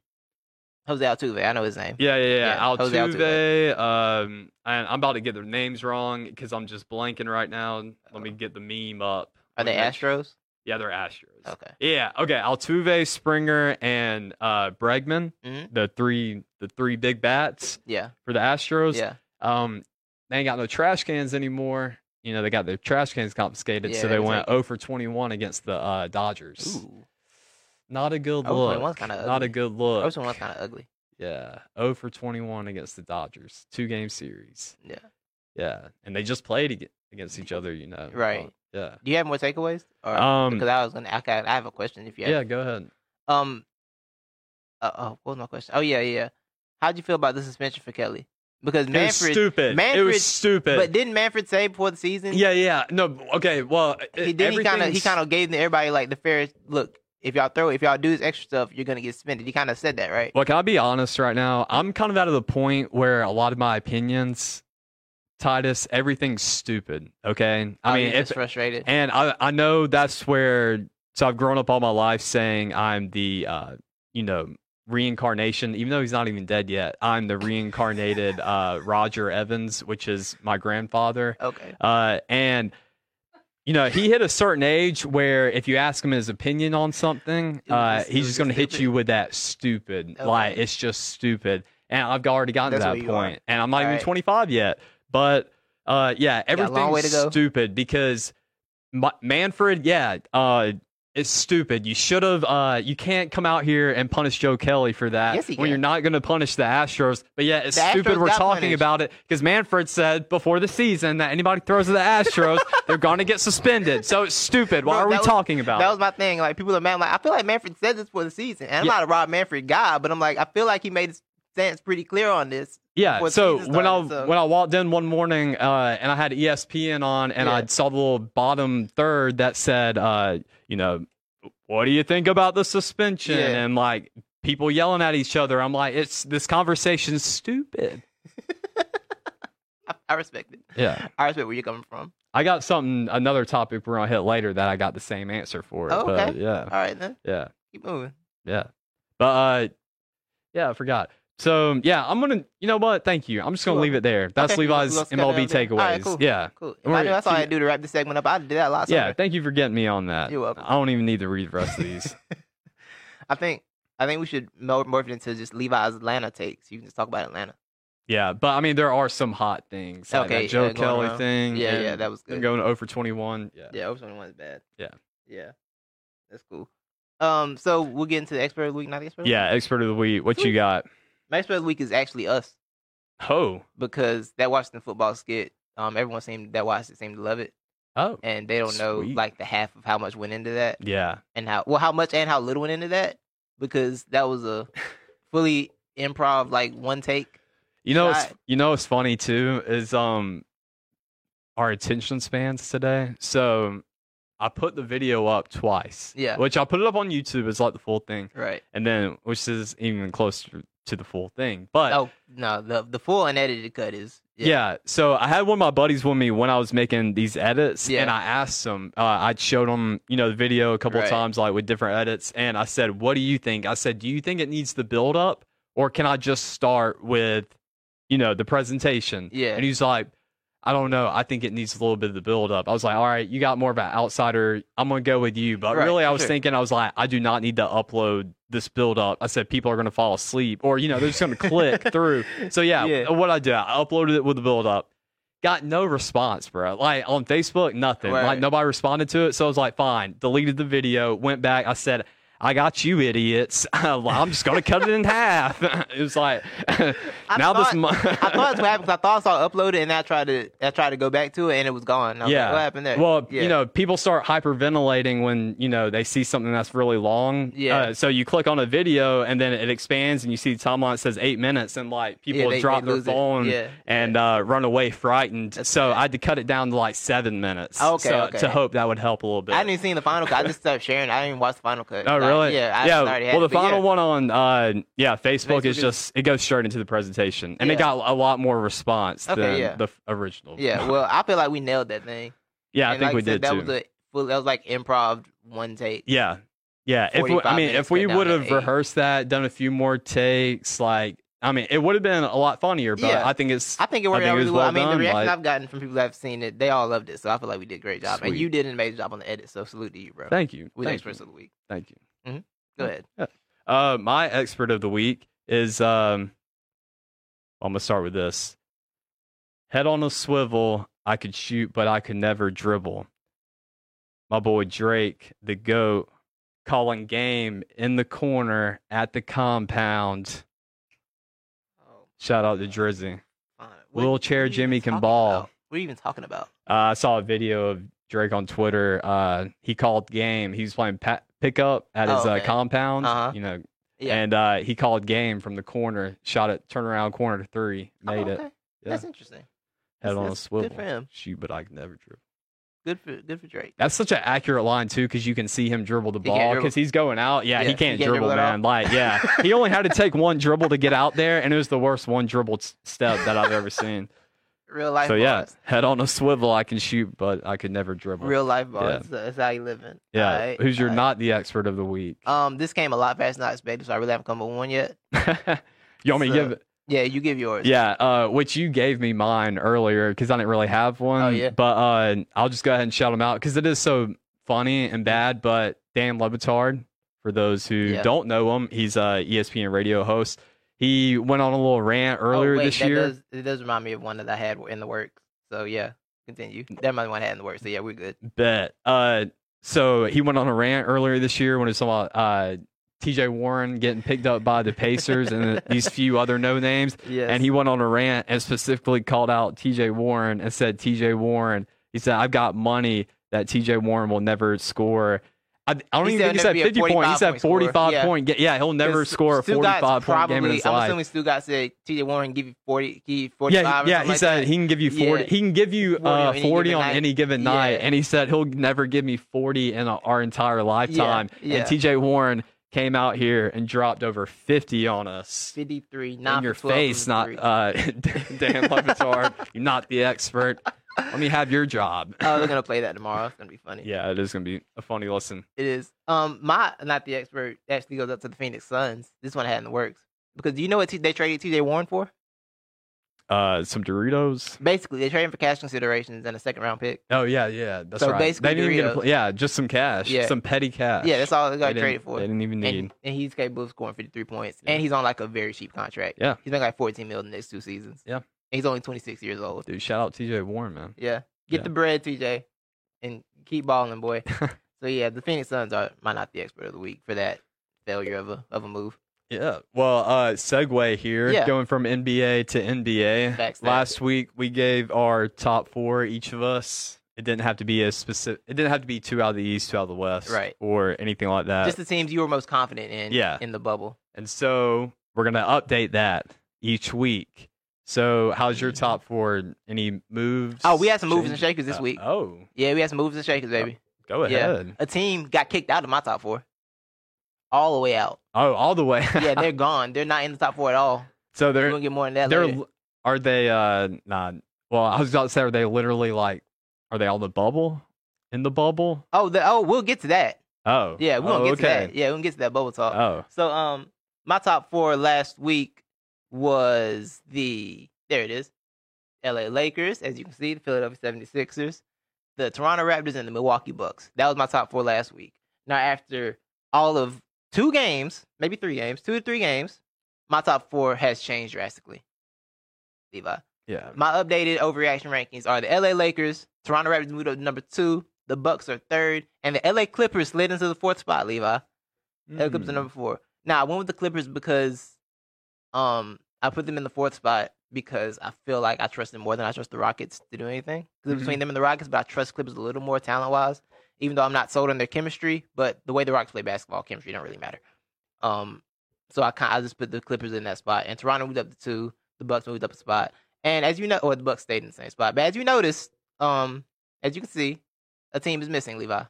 Speaker 2: Jose Altuve, I know his name.
Speaker 1: Yeah, yeah, yeah.
Speaker 2: Yeah, Jose
Speaker 1: Altuve. Um, and I'm about to get their names wrong because I'm just blanking right now. Let me get the meme up.
Speaker 2: Oh. Are they
Speaker 1: Astros?
Speaker 2: Astros?
Speaker 1: Yeah, they're Astros.
Speaker 2: Okay.
Speaker 1: Yeah. Okay. Altuve, Springer, and uh, Bregman,
Speaker 2: Mhm.
Speaker 1: the three, the three big bats
Speaker 2: Yeah.
Speaker 1: for the Astros.
Speaker 2: Yeah.
Speaker 1: Um, they ain't got no trash cans anymore. You know, they got their trash cans confiscated,
Speaker 2: Yeah,
Speaker 1: so
Speaker 2: they
Speaker 1: they
Speaker 2: can
Speaker 1: went
Speaker 2: take-
Speaker 1: 0 for 21 against the uh, Dodgers.
Speaker 2: Ooh.
Speaker 1: Not a good
Speaker 2: 0 for 21 's
Speaker 1: look.
Speaker 2: kinda
Speaker 1: Not
Speaker 2: ugly.
Speaker 1: a good
Speaker 2: That
Speaker 1: look.
Speaker 2: was one's kind of ugly.
Speaker 1: Yeah, 0 for 21 against the Dodgers, two game series.
Speaker 2: Yeah.
Speaker 1: Yeah, and they just played ag- against each other. You know,
Speaker 2: Right.
Speaker 1: Uh,
Speaker 2: Do you have more takeaways? Or,
Speaker 1: yeah. Um.
Speaker 2: because I was gonna, I, got- I have a question. If you
Speaker 1: Yeah.
Speaker 2: have
Speaker 1: Go ahead.
Speaker 2: Um. Uh oh, what was my question? Oh yeah, yeah. How'd you feel about the suspension for Kelly? Because
Speaker 1: it was
Speaker 2: Manfred,
Speaker 1: stupid. it
Speaker 2: Manfred-
Speaker 1: was stupid.
Speaker 2: but didn't Manfred say before the season?
Speaker 1: yeah. e, Yeah. No. Okay. Well,
Speaker 2: he did. He kind of he kind of gave everybody like the fairest look. If y'all throw, if y'all do this extra stuff, you're gonna get suspended. He kind of said that, right?
Speaker 1: Look, I'll be honest right now. I'm kind of out of the point where a lot of my opinions, Titus, everything's stupid. Okay. I
Speaker 2: Oh,
Speaker 1: mean,
Speaker 2: you're
Speaker 1: if,
Speaker 2: just frustrated.
Speaker 1: and I, I know that's where, so I've grown up all my life saying I'm the, uh, you know, reincarnation, even though he's not even dead yet. I'm the reincarnated uh, Roger Evans, which is my grandfather.
Speaker 2: okay.
Speaker 1: Uh, and you know, he hit a certain age where if you ask him his opinion on something,
Speaker 2: It was
Speaker 1: uh,
Speaker 2: just- it
Speaker 1: he's
Speaker 2: was
Speaker 1: just going to
Speaker 2: just
Speaker 1: hit
Speaker 2: stupid.
Speaker 1: you with that stupid.
Speaker 2: Okay.
Speaker 1: Like, it's just stupid. And I've already gotten
Speaker 2: That's
Speaker 1: to
Speaker 2: where
Speaker 1: that
Speaker 2: you are.
Speaker 1: point, and I'm not even
Speaker 2: Alright.
Speaker 1: 25 yet. But uh, yeah,
Speaker 2: a long way to
Speaker 1: everything's
Speaker 2: go.
Speaker 1: stupid because Ma- Manfred, yeah, uh, it's stupid. You should have. Uh, you can't come out here and punish Joe Kelly for that
Speaker 2: Yes, he
Speaker 1: when
Speaker 2: can.
Speaker 1: you're not going to punish the Astros. But yeah, it's
Speaker 2: The
Speaker 1: stupid.
Speaker 2: Astros
Speaker 1: We're
Speaker 2: got
Speaker 1: talking
Speaker 2: punished.
Speaker 1: about it because Manfred said before the season that anybody throws at the Astros, they're going to get suspended. So it's stupid. Why
Speaker 2: Bro,
Speaker 1: are we
Speaker 2: that was-
Speaker 1: talking about?
Speaker 2: That
Speaker 1: it?
Speaker 2: was my thing. Like people are mad. I'm Like I feel like Manfred said this for the season, and I'm
Speaker 1: Yeah.
Speaker 2: not a Rob Manfred guy, but I'm like I feel like he made his stance pretty clear on this.
Speaker 1: Yeah.
Speaker 2: before the
Speaker 1: So
Speaker 2: season
Speaker 1: when I
Speaker 2: started, so-
Speaker 1: when I walked in one morning uh, and I had ESPN on and I
Speaker 2: Yeah.
Speaker 1: saw the little bottom third that said, uh, you know, what do you think about the suspension
Speaker 2: Yeah.
Speaker 1: and like people yelling at each other. I'm like, it's this conversation's stupid.
Speaker 2: I, I respect it.
Speaker 1: Yeah.
Speaker 2: I respect where you're coming from.
Speaker 1: I got something another topic we're gonna hit later that I got the same answer for.
Speaker 2: Oh,
Speaker 1: But
Speaker 2: okay.
Speaker 1: yeah,
Speaker 2: All right then,
Speaker 1: yeah.
Speaker 2: keep moving.
Speaker 1: Yeah. But uh yeah, I forgot. So yeah, I'm gonna you know what? Thank you. I'm just gonna
Speaker 2: You're
Speaker 1: leave it there. That's
Speaker 2: Okay, we'll-
Speaker 1: Levi's
Speaker 2: we'll skip it
Speaker 1: MLB
Speaker 2: on there.
Speaker 1: takeaways.
Speaker 2: All right, cool.
Speaker 1: Yeah.
Speaker 2: Cool. If
Speaker 1: We're-
Speaker 2: I knew that's all I
Speaker 1: see-
Speaker 2: had to do to wrap this segment up. I did that last.
Speaker 1: Yeah, thank you for getting me on that.
Speaker 2: You're welcome.
Speaker 1: I don't even need to read the rest of these.
Speaker 2: I think I think we should mel- morph it into just Levi's Atlanta takes. You can just talk about Atlanta.
Speaker 1: yeah, but I mean there are some hot things. Like
Speaker 2: Okay,
Speaker 1: that Joe
Speaker 2: yeah, going
Speaker 1: Kelly
Speaker 2: around.
Speaker 1: thing.
Speaker 2: Yeah,
Speaker 1: and
Speaker 2: yeah, that was
Speaker 1: them
Speaker 2: good.
Speaker 1: Going over twenty one. Yeah.
Speaker 2: Yeah, Ocean One was bad.
Speaker 1: Yeah.
Speaker 2: yeah, that's cool. Um, so we'll get into the expert of the week, not the expert. of the
Speaker 1: Yeah, expert of the week. What you
Speaker 2: Sweet.
Speaker 1: got?
Speaker 2: week. my expert of the week is actually us
Speaker 1: Oh.
Speaker 2: because that Washington football skit. Um, everyone seemed that watched it seemed to love it,
Speaker 1: Oh.
Speaker 2: and they don't know
Speaker 1: Sweet.
Speaker 2: like the half of how much went into that
Speaker 1: Yeah.
Speaker 2: and how well how much and how little went into that because that was a fully improv like one take.
Speaker 1: You know, it's,
Speaker 2: Right.
Speaker 1: you know, what's funny too is um, our attention spans today. So I put the video up twice.
Speaker 2: Yeah.
Speaker 1: Which I put it up on YouTube as like the full thing,
Speaker 2: Right.
Speaker 1: and then which is even closer to the full thing. But
Speaker 2: Oh no, the the full unedited cut is
Speaker 1: yeah. so I had one of my buddies with me when I was making these edits,
Speaker 2: Yeah.
Speaker 1: and I asked him. Uh, I showed him, you know, the video a couple
Speaker 2: Right.
Speaker 1: times, like with different edits, and I said, "What do you think?" I said, "Do you think it needs the build up, or can I just start with, you know, the presentation?"
Speaker 2: yeah.
Speaker 1: And he's like, I don't know. I think it needs a little bit of the build up. I was like, all right, you got more of an outsider. I'm gonna go with you. But
Speaker 2: Right,
Speaker 1: really, I was
Speaker 2: sure.
Speaker 1: thinking, I was like, I do not need to upload this build up. I said people are gonna fall asleep, or you know, they're just gonna click through. So yeah,
Speaker 2: Yeah.
Speaker 1: what I did, I uploaded it with the build up. Got no response, bro. Like on Facebook, nothing.
Speaker 2: Right.
Speaker 1: Like nobody responded to it. So I was like, fine. Deleted the video. Went back. I said, I got you idiots. I'm just gonna cut it in half. it was like now this
Speaker 2: thought-
Speaker 1: month.
Speaker 2: I thought that's what happened 'cause I thought I saw it uploaded and I tried to I tried to go back to it and it was gone. I was
Speaker 1: Yeah.
Speaker 2: like, what happened there?
Speaker 1: Well,
Speaker 2: Yeah.
Speaker 1: you know, people start hyperventilating when you know they see something that's really long.
Speaker 2: Yeah.
Speaker 1: Uh, so you click on a video and then it expands, and you see the timeline it says eight minutes, and like people
Speaker 2: Yeah, they-
Speaker 1: drop
Speaker 2: they
Speaker 1: their
Speaker 2: lose it.
Speaker 1: phone
Speaker 2: Yeah.
Speaker 1: and uh, run away frightened.
Speaker 2: That's
Speaker 1: so
Speaker 2: bad.
Speaker 1: I had to cut it down to like seven minutes.
Speaker 2: Okay,
Speaker 1: so,
Speaker 2: okay.
Speaker 1: To hope that would help a little bit.
Speaker 2: I didn't even see the final cut. I just stopped sharing. I didn't even watch the final cut.
Speaker 1: Oh really?
Speaker 2: Like, Yeah. I
Speaker 1: yeah.
Speaker 2: Already had
Speaker 1: well, the
Speaker 2: it, but
Speaker 1: final
Speaker 2: yeah.
Speaker 1: one on uh, yeah Facebook,
Speaker 2: Facebook
Speaker 1: is
Speaker 2: is-
Speaker 1: just it goes straight into the presentation, and it
Speaker 2: Yeah.
Speaker 1: got a lot more response
Speaker 2: Okay,
Speaker 1: than
Speaker 2: yeah.
Speaker 1: the f- original.
Speaker 2: Yeah. Well, I feel like we nailed that thing.
Speaker 1: yeah, I
Speaker 2: And
Speaker 1: think
Speaker 2: like
Speaker 1: we
Speaker 2: I said,
Speaker 1: did
Speaker 2: that
Speaker 1: too.
Speaker 2: Was a, full- that was like improv one take.
Speaker 1: Yeah. Yeah. If we, I
Speaker 2: 45
Speaker 1: mean,
Speaker 2: minutes
Speaker 1: if we
Speaker 2: cut down
Speaker 1: would
Speaker 2: to
Speaker 1: have
Speaker 2: eight.
Speaker 1: rehearsed that, done a few more takes, like, I mean, it would have been a lot funnier, but
Speaker 2: Yeah.
Speaker 1: I think it's,
Speaker 2: I think it worked
Speaker 1: think
Speaker 2: out
Speaker 1: it was
Speaker 2: really well.
Speaker 1: well
Speaker 2: I mean,
Speaker 1: done,
Speaker 2: the reaction
Speaker 1: like-
Speaker 2: I've gotten from people that have seen it, they all loved it. So I feel like we did a great job. And
Speaker 1: Sweet.
Speaker 2: you did an amazing job on the edit. So salute to you, bro.
Speaker 1: thank you.
Speaker 2: We the
Speaker 1: Thank you.
Speaker 2: experts of the week.
Speaker 1: Thank you.
Speaker 2: Go ahead.
Speaker 1: Uh, my expert of the week is, um, I'm going to start with this head on a swivel. I could shoot, but I could never dribble. My boy Drake, the GOAT, calling game in the corner at the compound.
Speaker 2: Oh,
Speaker 1: Shout out to Drizzy.
Speaker 2: fine. What-
Speaker 1: Wheelchair
Speaker 2: what are you even
Speaker 1: Jimmy can
Speaker 2: talking
Speaker 1: ball.
Speaker 2: about? What are you even talking about?
Speaker 1: Uh, I saw a video of Drake on Twitter. Uh, he called game. He was playing pa- pickup at his
Speaker 2: Oh,
Speaker 1: uh,
Speaker 2: okay.
Speaker 1: compound,
Speaker 2: Uh-huh.
Speaker 1: you know,
Speaker 2: Yeah.
Speaker 1: and uh, he called game from the corner, shot it, turnaround corner to three,
Speaker 2: Oh,
Speaker 1: made
Speaker 2: okay.
Speaker 1: it, Yeah.
Speaker 2: That's interesting.
Speaker 1: head
Speaker 2: that's-
Speaker 1: on a
Speaker 2: that's good for
Speaker 1: swivel.
Speaker 2: him.
Speaker 1: Shoot, but I can never dribble.
Speaker 2: Good for good for Drake.
Speaker 1: That's such an accurate line too, because you can see him dribble the
Speaker 2: He can't
Speaker 1: ball
Speaker 2: dribble.
Speaker 1: because he's going out. Yeah,
Speaker 2: Yeah,
Speaker 1: he can't dribble,
Speaker 2: at all.
Speaker 1: man. Like, yeah, he only had to take one dribble to get out there, and it was the worst one dribble s- step that I've ever seen.
Speaker 2: Real life.
Speaker 1: so yeah,
Speaker 2: bars.
Speaker 1: head on a swivel. I can shoot, but I could never dribble.
Speaker 2: Real life bars.
Speaker 1: Yeah.
Speaker 2: That's- That's how you live in.
Speaker 1: Yeah.
Speaker 2: Alright,
Speaker 1: Who's your
Speaker 2: alright.
Speaker 1: not the expert of the week?
Speaker 2: Oh, Um, this came a lot faster than I expected, so I really haven't come up with one yet.
Speaker 1: you want me to
Speaker 2: so-
Speaker 1: give
Speaker 2: Yeah, you give yours.
Speaker 1: Yeah, uh, which you gave me mine earlier because I didn't really have one.
Speaker 2: Oh, yeah.
Speaker 1: But uh, I'll just go ahead and shout them out because it is so funny and bad. But Dan Levitard, for those who
Speaker 2: Yeah.
Speaker 1: don't know him, he's a E ESPN radio host. He went on a little rant
Speaker 2: Oh,
Speaker 1: earlier
Speaker 2: wait,
Speaker 1: this
Speaker 2: that
Speaker 1: year.
Speaker 2: Does, it does remind me of one that I had in the works. So yeah, continue. That might one I had in the works. So yeah, we're good.
Speaker 1: Bet. Uh, so he went on a rant earlier this year when it was about uh, T.J. Warren getting picked up by the Pacers and these few other no names.
Speaker 2: Yes.
Speaker 1: And he went on a rant and specifically called out T.J. Warren and said, T.J. Warren, he said, I've got money that T.J. Warren will never score. I, I don't
Speaker 2: He
Speaker 1: even
Speaker 2: said
Speaker 1: think he
Speaker 2: he'll
Speaker 1: said 50
Speaker 2: be a
Speaker 1: points. He
Speaker 2: 45
Speaker 1: said
Speaker 2: point scorer.
Speaker 1: 45
Speaker 2: Yeah.
Speaker 1: point. ga- Yeah, he'll never
Speaker 2: Because
Speaker 1: score a
Speaker 2: Stu Gott's
Speaker 1: 45 point game in
Speaker 2: probably-
Speaker 1: his
Speaker 2: I'm
Speaker 1: life.
Speaker 2: assuming Stu Gott said T.J. Warren give you forty, give you forty-five.
Speaker 1: Yeah,
Speaker 2: or
Speaker 1: he- yeah.
Speaker 2: something
Speaker 1: He
Speaker 2: like
Speaker 1: said
Speaker 2: that.
Speaker 1: he can give you forty.
Speaker 2: Yeah.
Speaker 1: He can give you
Speaker 2: 40 on
Speaker 1: uh,
Speaker 2: any
Speaker 1: forty
Speaker 2: given
Speaker 1: on
Speaker 2: night.
Speaker 1: any given night,
Speaker 2: Yeah.
Speaker 1: and he said he'll never give me forty in our entire lifetime.
Speaker 2: yeah.
Speaker 1: And T.J. Warren came out here and dropped over fifty on us
Speaker 2: fifty-three, nine
Speaker 1: in your
Speaker 2: for 12 from
Speaker 1: face.
Speaker 2: the
Speaker 1: Not
Speaker 2: three.
Speaker 1: uh, Dan Levitard. You're not the expert. Let me have your job.
Speaker 2: oh, they're gonna play that tomorrow. It's gonna be funny.
Speaker 1: yeah, it is gonna be a funny listen.
Speaker 2: It is. Um, my not the expert actually goes up to the Phoenix Suns. This one I had in the works because do you know what T- they traded T.J. Warren for?
Speaker 1: Uh, some Doritos.
Speaker 2: Basically, they traded him for cash considerations and a second-round pick.
Speaker 1: Oh yeah, yeah. That's
Speaker 2: So
Speaker 1: right.
Speaker 2: basically
Speaker 1: they didn't even get a
Speaker 2: Doritos.
Speaker 1: pl- yeah, just some cash.
Speaker 2: Yeah.
Speaker 1: some petty cash.
Speaker 2: Yeah, that's all they
Speaker 1: they
Speaker 2: got
Speaker 1: didn't,
Speaker 2: traded for.
Speaker 1: They didn't even need.
Speaker 2: And, and he's capable of scoring 53 points.
Speaker 1: Yeah.
Speaker 2: And he's on like a very cheap contract.
Speaker 1: Yeah.
Speaker 2: He's making like 14 mil the next two seasons.
Speaker 1: Yeah.
Speaker 2: And he's only 26 years old.
Speaker 1: Dude, shout out T.J. Warren, man.
Speaker 2: Yeah. Get
Speaker 1: Yeah.
Speaker 2: the bread, TJ, and keep balling, boy. so, yeah, the Phoenix Suns are might not the expert of the week for that failure of a, of a move.
Speaker 1: Yeah. Well, uh segue here,
Speaker 2: Yeah.
Speaker 1: going from NBA to NBA.
Speaker 2: Facts that.
Speaker 1: Last week we gave our top four each of us. It didn't have to be a specific it didn't have to be two out of the east, two out of the west.
Speaker 2: Right.
Speaker 1: Or anything like that.
Speaker 2: Just the teams you were most confident in
Speaker 1: Uh, yeah.
Speaker 2: in the bubble.
Speaker 1: and so we're gonna update that each week. So how's your
Speaker 2: Mhm.
Speaker 1: top four? Any moves?
Speaker 2: Oh, we had some moves and
Speaker 1: changes?
Speaker 2: shakers this
Speaker 1: Uh, Uh.
Speaker 2: week.
Speaker 1: oh,
Speaker 2: Yeah, we had some moves and shakers, baby.
Speaker 1: go
Speaker 2: Yeah.
Speaker 1: ahead.
Speaker 2: A team got kicked out of my top four. All the way out.
Speaker 1: Oh, all the way.
Speaker 2: Yeah, they're gone. They're not in the top four at all.
Speaker 1: so
Speaker 2: We're
Speaker 1: they're
Speaker 2: going to get more than that
Speaker 1: they're
Speaker 2: later.
Speaker 1: are they uh not well i was about to say are they literally like are they on the bubble in the bubble
Speaker 2: Oh, the, oh, we'll get to that.
Speaker 1: oh
Speaker 2: Yeah, we're
Speaker 1: oh,
Speaker 2: gonna get
Speaker 1: okay
Speaker 2: to that. Yeah, we're gonna get to that bubble talk.
Speaker 1: oh
Speaker 2: so um my top four last week was the there it is. LA Lakers, as you can see, the Philadelphia 76ers, the Toronto Raptors, and the Milwaukee Bucks. That was my top four last week. Now after all of two games, maybe three games, two to three games, my top four has changed drastically. Levi.
Speaker 1: yeah
Speaker 2: My updated overreaction rankings are the LA Lakers, Toronto Raptors moved up to number two, the Bucks are third, and the LA Clippers slid into the fourth spot, Levi. LA Clippers are
Speaker 1: Mm.
Speaker 2: number four. Now I went with the Clippers because um I put them in the fourth spot because I feel like I trust them more than I trust the Rockets to do anything. 'Cause
Speaker 1: Mhm.
Speaker 2: Between them and the Rockets, but I trust Clippers a little more talent wise, even though I'm not sold on their chemistry, but the way the Rockets play basketball, chemistry don't really matter. Um so I kind I just put the Clippers in that spot. And Toronto moved up to two, the Bucks moved up a spot. And as you know, or the Bucks stayed in the same spot. But as you notice, um, as you can see, a team is missing, Levi.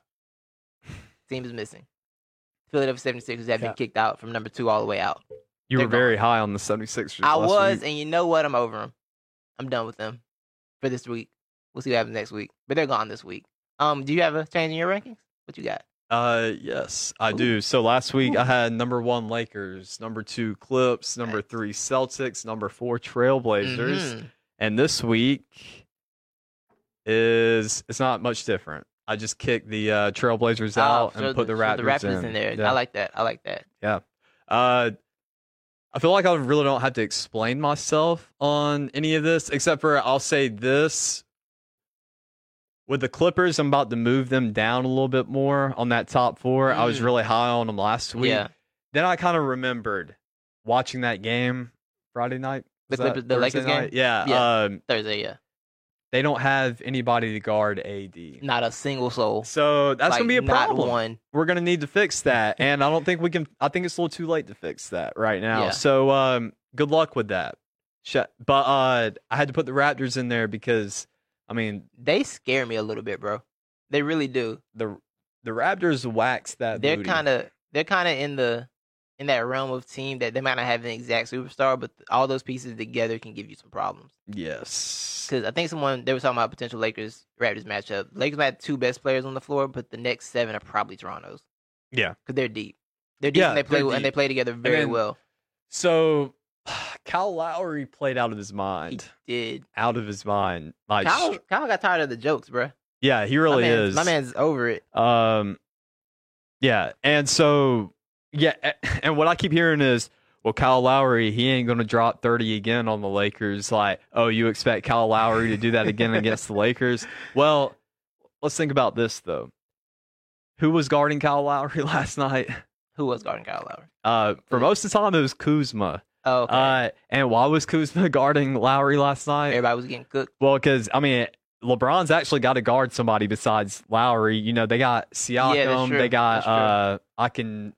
Speaker 2: Team is missing. Philadelphia 76ers have
Speaker 1: Yeah.
Speaker 2: been kicked out from number two all the way out.
Speaker 1: you were
Speaker 2: they're
Speaker 1: very high on the 76ers
Speaker 2: I
Speaker 1: last
Speaker 2: was,
Speaker 1: week.
Speaker 2: and you know what? I'm over them. I'm done with them for this week. We'll see what happens next week. But they're gone this week. Um, do you have a change in your rankings? What you got?
Speaker 1: uh yes i
Speaker 2: Ooh.
Speaker 1: do so last week
Speaker 2: Ooh.
Speaker 1: i had number one lakers number two clips number
Speaker 2: Nice.
Speaker 1: three celtics number four trailblazers
Speaker 2: Mhm.
Speaker 1: and this week is it's not much different i just kicked the uh trailblazers
Speaker 2: Oh,
Speaker 1: out
Speaker 2: so
Speaker 1: and put the
Speaker 2: so
Speaker 1: raptors,
Speaker 2: the Raptors in, there.
Speaker 1: Yeah.
Speaker 2: I like that. I like that.
Speaker 1: Uh, I feel like I really don't have to explain myself on any of this, except for I'll say this. With the Clippers, I'm about to move them down a little bit more on that top four. I was
Speaker 2: Mm.
Speaker 1: really high on them last week.
Speaker 2: yeah,
Speaker 1: Then I kind of remembered watching that game Friday night.
Speaker 2: The
Speaker 1: Was that
Speaker 2: Clippers- the
Speaker 1: Thursday
Speaker 2: Lakers game?
Speaker 1: night? Yeah.
Speaker 2: Yeah.
Speaker 1: Um,
Speaker 2: Thursday. Yeah,
Speaker 1: they don't have anybody to guard AD.
Speaker 2: not a single soul.
Speaker 1: So that's
Speaker 2: Like,
Speaker 1: going to be a
Speaker 2: not
Speaker 1: problem
Speaker 2: One.
Speaker 1: we're gonna need to fix that, and I don't think we can. I think it's a little too late to fix that right now.
Speaker 2: Yeah.
Speaker 1: So, um, good luck with that. Shut. But uh, I had to put the Raptors in there because, I mean,
Speaker 2: They scare me a little bit, bro. They really do.
Speaker 1: the the Raptors waxed that.
Speaker 2: they're kind of they're kind of in the in that realm of team that they might not have an exact superstar, but th- all those pieces together can give you some problems.
Speaker 1: yes.
Speaker 2: Because I think someone they were talking about potential Lakers Raptors matchup. Lakers might have two best players on the floor, but the next seven are probably Toronto's.
Speaker 1: Yeah.
Speaker 2: because they're deep. They're deep
Speaker 1: Yeah,
Speaker 2: and they play
Speaker 1: they're
Speaker 2: and they
Speaker 1: deep.
Speaker 2: play together very
Speaker 1: then-
Speaker 2: well.
Speaker 1: So, Kyle Lowry played out of his mind.
Speaker 2: Did
Speaker 1: Out of his mind. Like
Speaker 2: Kyle,
Speaker 1: sh-
Speaker 2: Kyle got tired of the jokes, bruh.
Speaker 1: yeah, he really
Speaker 2: my man's-
Speaker 1: is.
Speaker 2: My man's over it.
Speaker 1: Um, yeah, and so yeah, a- and what I keep hearing is, well, Kyle Lowry, he ain't gonna drop thirty again on the Lakers. Like, oh, you expect Kyle Lowry to do that again against the Lakers? Well, let's think about this though. Who was guarding Kyle Lowry last night?
Speaker 2: Who was guarding Kyle Lowry?
Speaker 1: Uh, for most of the time, it was Kuzma.
Speaker 2: Oh, okay.
Speaker 1: Uh, and why was Kuzma guarding Lowry last night?
Speaker 2: everybody was getting cooked.
Speaker 1: Well, because I mean, LeBron's actually got to guard somebody besides Lowry. You know, they got Siakam,
Speaker 2: Yeah, that's true.
Speaker 1: they got
Speaker 2: That's true.
Speaker 1: uh, Akin,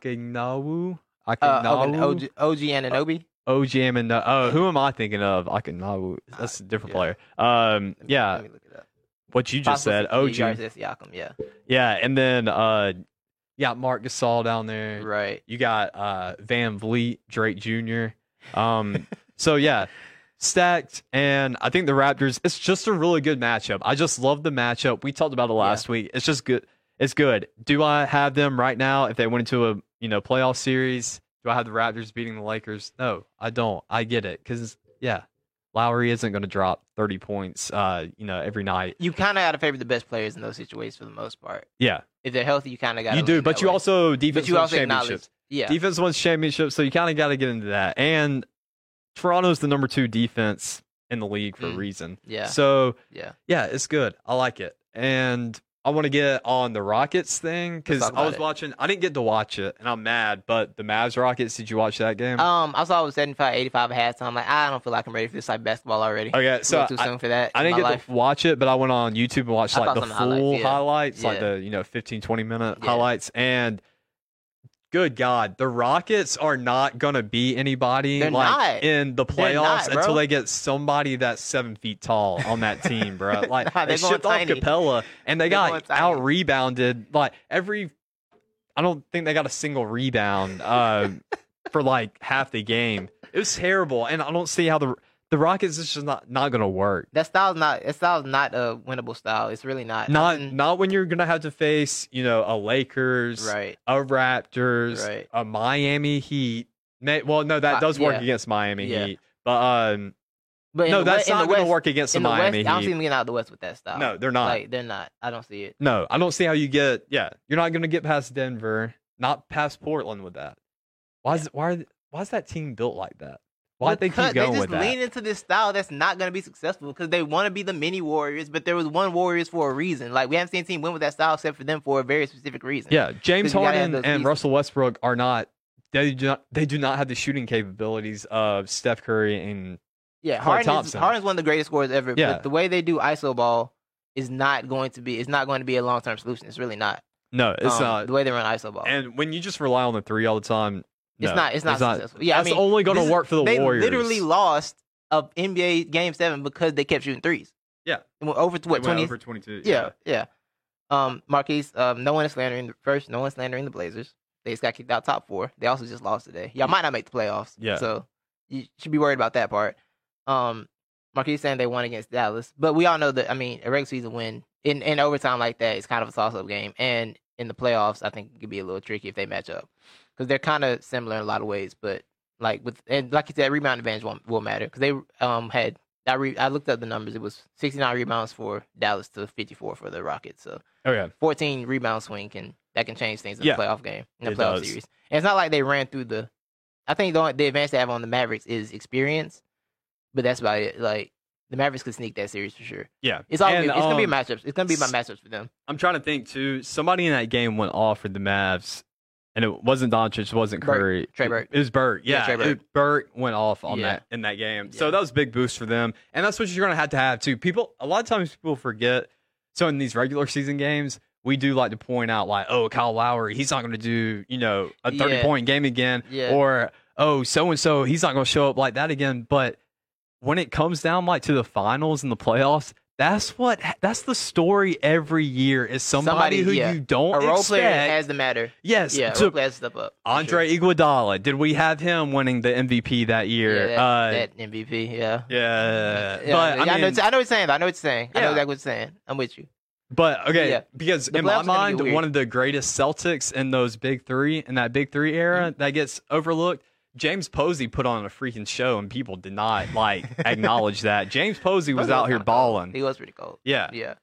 Speaker 1: Akinawu,
Speaker 2: Uh,
Speaker 1: Akinawu,
Speaker 2: OG, OG
Speaker 1: Uh,
Speaker 2: Ananobi.
Speaker 1: OG and oh, who am I thinking of? Akinawu. That's a different
Speaker 2: Uh, Yeah.
Speaker 1: player. Um,
Speaker 2: Let me-
Speaker 1: yeah,
Speaker 2: let me look it up.
Speaker 1: what you just
Speaker 2: Possible
Speaker 1: said,
Speaker 2: six-
Speaker 1: OG.
Speaker 2: yeah, you already said Siakam, yeah.
Speaker 1: Yeah, and then uh, you got Mark Gasol down there.
Speaker 2: Right.
Speaker 1: You got uh, Van Vliet, Drake Jr. Um, so yeah, stacked. And I think the Raptors. It's just a really good matchup. I just love the matchup. We talked about it last week. It's just good. It's good. Do I have them right now? If they went into a you know playoff series, do I have the Raptors beating the Lakers? No, I don't. I get it because yeah, Lowry isn't going to drop thirty points. Uh, you know every night.
Speaker 2: You kind of got to favor the best players in those situations for the most part.
Speaker 1: Yeah,
Speaker 2: If they're healthy, you kind of got to.
Speaker 1: you do, but you also
Speaker 2: but
Speaker 1: defense
Speaker 2: you
Speaker 1: wins
Speaker 2: also
Speaker 1: championships.
Speaker 2: acknowledge, yeah,
Speaker 1: defense wins championships, so you kind of got to get into that. And Toronto's the number two defense in the league for a
Speaker 2: Mm,
Speaker 1: reason.
Speaker 2: yeah,
Speaker 1: So
Speaker 2: yeah.
Speaker 1: yeah, it's good. I like it, and I want to get on the Rockets thing because
Speaker 2: Let's talk
Speaker 1: I was
Speaker 2: about it.
Speaker 1: watching. I didn't get to watch it, and I'm mad. But the Mavs Rockets, did you watch that game?
Speaker 2: Um, I saw it was 75, 85 half, so I'm like, I don't feel like I'm ready for this like basketball already.
Speaker 1: okay,
Speaker 2: So
Speaker 1: so
Speaker 2: too
Speaker 1: I,
Speaker 2: soon for that.
Speaker 1: I
Speaker 2: in
Speaker 1: didn't
Speaker 2: my
Speaker 1: get
Speaker 2: life.
Speaker 1: to watch it, but I went on YouTube and watched
Speaker 2: I
Speaker 1: like
Speaker 2: saw
Speaker 1: the
Speaker 2: some highlights,
Speaker 1: full highlights,
Speaker 2: yeah.
Speaker 1: like
Speaker 2: Yeah.
Speaker 1: the you know 15, 20 minute
Speaker 2: Yeah.
Speaker 1: highlights, and. Good God, the Rockets are not gonna beat anybody
Speaker 2: They're
Speaker 1: like
Speaker 2: not.
Speaker 1: in the
Speaker 2: They're
Speaker 1: playoffs
Speaker 2: not,
Speaker 1: until
Speaker 2: bro.
Speaker 1: they get somebody that's seven feet tall on that team, bro. Like
Speaker 2: Nah,
Speaker 1: they
Speaker 2: they're going
Speaker 1: shipped off
Speaker 2: tiny.
Speaker 1: Capella and they
Speaker 2: They're going
Speaker 1: got
Speaker 2: tiny.
Speaker 1: out rebounded. Like every, I don't think they got a single rebound um, for like half the game. It was terrible, and I don't see how the the Rockets is just not not gonna work.
Speaker 2: That style's not. That style's not a winnable style. It's really not.
Speaker 1: Not
Speaker 2: Nothing-
Speaker 1: not when you're gonna have to face you know a Lakers,
Speaker 2: right.
Speaker 1: a Raptors,
Speaker 2: Right.
Speaker 1: a Miami Heat. May, well, no, that
Speaker 2: Uh,
Speaker 1: does work
Speaker 2: yeah.
Speaker 1: against Miami
Speaker 2: Yeah.
Speaker 1: Heat, but um,
Speaker 2: But in
Speaker 1: no,
Speaker 2: the,
Speaker 1: that's
Speaker 2: we- in
Speaker 1: not
Speaker 2: the
Speaker 1: gonna
Speaker 2: West,
Speaker 1: work against the
Speaker 2: in the West,
Speaker 1: Miami
Speaker 2: I don't see
Speaker 1: Heat.
Speaker 2: them getting out of the West with that style.
Speaker 1: No, they're not.
Speaker 2: Like they're not. I don't see it.
Speaker 1: no, I don't see how you get. Yeah, you're not gonna get past Denver, not past Portland with that. Why is why are, why is that team built like that? Why would they
Speaker 2: Because
Speaker 1: keep going
Speaker 2: just
Speaker 1: with that?
Speaker 2: lean into this style that's not going to be successful because they want to be the mini warriors, but there was one warriors for a reason. Like we haven't seen a team win with that style except for them for a very specific reason.
Speaker 1: Yeah, James
Speaker 2: 'Cause you gotta have
Speaker 1: Harden
Speaker 2: those
Speaker 1: and
Speaker 2: pieces.
Speaker 1: Russell Westbrook are not. They do not. They do not have the shooting capabilities of Steph Curry and
Speaker 2: yeah.
Speaker 1: Clay
Speaker 2: Harden is,
Speaker 1: Thompson.
Speaker 2: Harden's one of the greatest scorers ever.
Speaker 1: Yeah.
Speaker 2: But the way they do iso ball is not going to be. It's not going to be a long term solution. It's really not.
Speaker 1: no, it's
Speaker 2: Um,
Speaker 1: not.
Speaker 2: the way they run iso ball.
Speaker 1: And when you just rely on the three all the time,
Speaker 2: it's
Speaker 1: no,
Speaker 2: not. It's not successful. Yeah, I
Speaker 1: that's
Speaker 2: mean,
Speaker 1: only going
Speaker 2: this
Speaker 1: to
Speaker 2: is-
Speaker 1: work for the
Speaker 2: they
Speaker 1: Warriors.
Speaker 2: literally lost a NBA game seven because they kept shooting threes.
Speaker 1: Yeah.
Speaker 2: It went over to
Speaker 1: They
Speaker 2: what
Speaker 1: went
Speaker 2: twenty
Speaker 1: over twenty-two.
Speaker 2: Yeah, yeah. Um, Marquise, um, no one is slandering the first. No one slandering the Blazers. They just got kicked out top four. They also just lost today. Y'all might not make the playoffs.
Speaker 1: Yeah.
Speaker 2: So you should be worried about that part. Um, Marquise saying they won against Dallas, but we all know that. I mean, a regular season win in in overtime like that is kind of a toss up game, and in the playoffs, I think it could be a little tricky if they match up because they're kind of similar in a lot of ways. But like with and like you said, rebound advantage won't will matter because they um had I re- I looked up the numbers. It was 69 rebounds for Dallas to 54 for the Rockets. So
Speaker 1: Oh yeah.
Speaker 2: 14 rebound swing can that can change things in
Speaker 1: Yeah.
Speaker 2: the playoff game in the
Speaker 1: It
Speaker 2: playoff
Speaker 1: does.
Speaker 2: series. And it's not like they ran through the. I think the only, the advantage they have on the Mavericks is experience, but that's about it. Like the Mavericks could sneak that series for sure.
Speaker 1: Yeah.
Speaker 2: It's all
Speaker 1: And,
Speaker 2: it's gonna be
Speaker 1: um,
Speaker 2: matchups. It's gonna be my matchups for them.
Speaker 1: I'm trying to think too. Somebody in that game went off for the Mavs, and it wasn't Doncic, it wasn't
Speaker 2: Burke.
Speaker 1: Curry.
Speaker 2: Trey Burke.
Speaker 1: It was Burke.
Speaker 2: Yeah,
Speaker 1: Yeah,
Speaker 2: Trey Burke.
Speaker 1: it- Burke went off on
Speaker 2: Yeah.
Speaker 1: that in that game. So
Speaker 2: Yeah.
Speaker 1: that was a big boost for them, and that's what you're going to have to have too. People, a lot of times people forget. So in these regular season games, we do like to point out like, oh, Kyle Lowry, he's not going to do you know a
Speaker 2: Yeah.
Speaker 1: 30 point game again,
Speaker 2: Yeah.
Speaker 1: or oh, so and so, he's not going to show up like that again, but when it comes down like to the finals and the playoffs, that's what that's the story every year is somebody,
Speaker 2: Somebody-
Speaker 1: who
Speaker 2: yeah.
Speaker 1: you don't
Speaker 2: A role
Speaker 1: expect.
Speaker 2: player has the matter.
Speaker 1: yes,
Speaker 2: Yeah, a
Speaker 1: to
Speaker 2: role player has to step up. for
Speaker 1: Andre
Speaker 2: sure.
Speaker 1: Iguodala. Did we have him winning the MVP that year?
Speaker 2: yeah, that,
Speaker 1: uh,
Speaker 2: that MVP. Yeah.
Speaker 1: yeah,
Speaker 2: Yeah,
Speaker 1: but
Speaker 2: yeah,
Speaker 1: I
Speaker 2: I, know,
Speaker 1: mean,
Speaker 2: I know what you're saying. though. I know what you're saying. I know
Speaker 1: Yeah.
Speaker 2: exactly what you're saying. I'm with you.
Speaker 1: but okay,
Speaker 2: Yeah.
Speaker 1: because
Speaker 2: The
Speaker 1: in my
Speaker 2: playoffs are gonna get
Speaker 1: mind,
Speaker 2: weird. Mm-hmm.
Speaker 1: one of the greatest Celtics in those big three in that big three era that gets overlooked, James Posey put on a freaking show and people did not like acknowledge that. James Posey was
Speaker 2: Posey
Speaker 1: out here
Speaker 2: kinda cold.
Speaker 1: balling.
Speaker 2: He was pretty cold.
Speaker 1: Yeah.
Speaker 2: Yeah.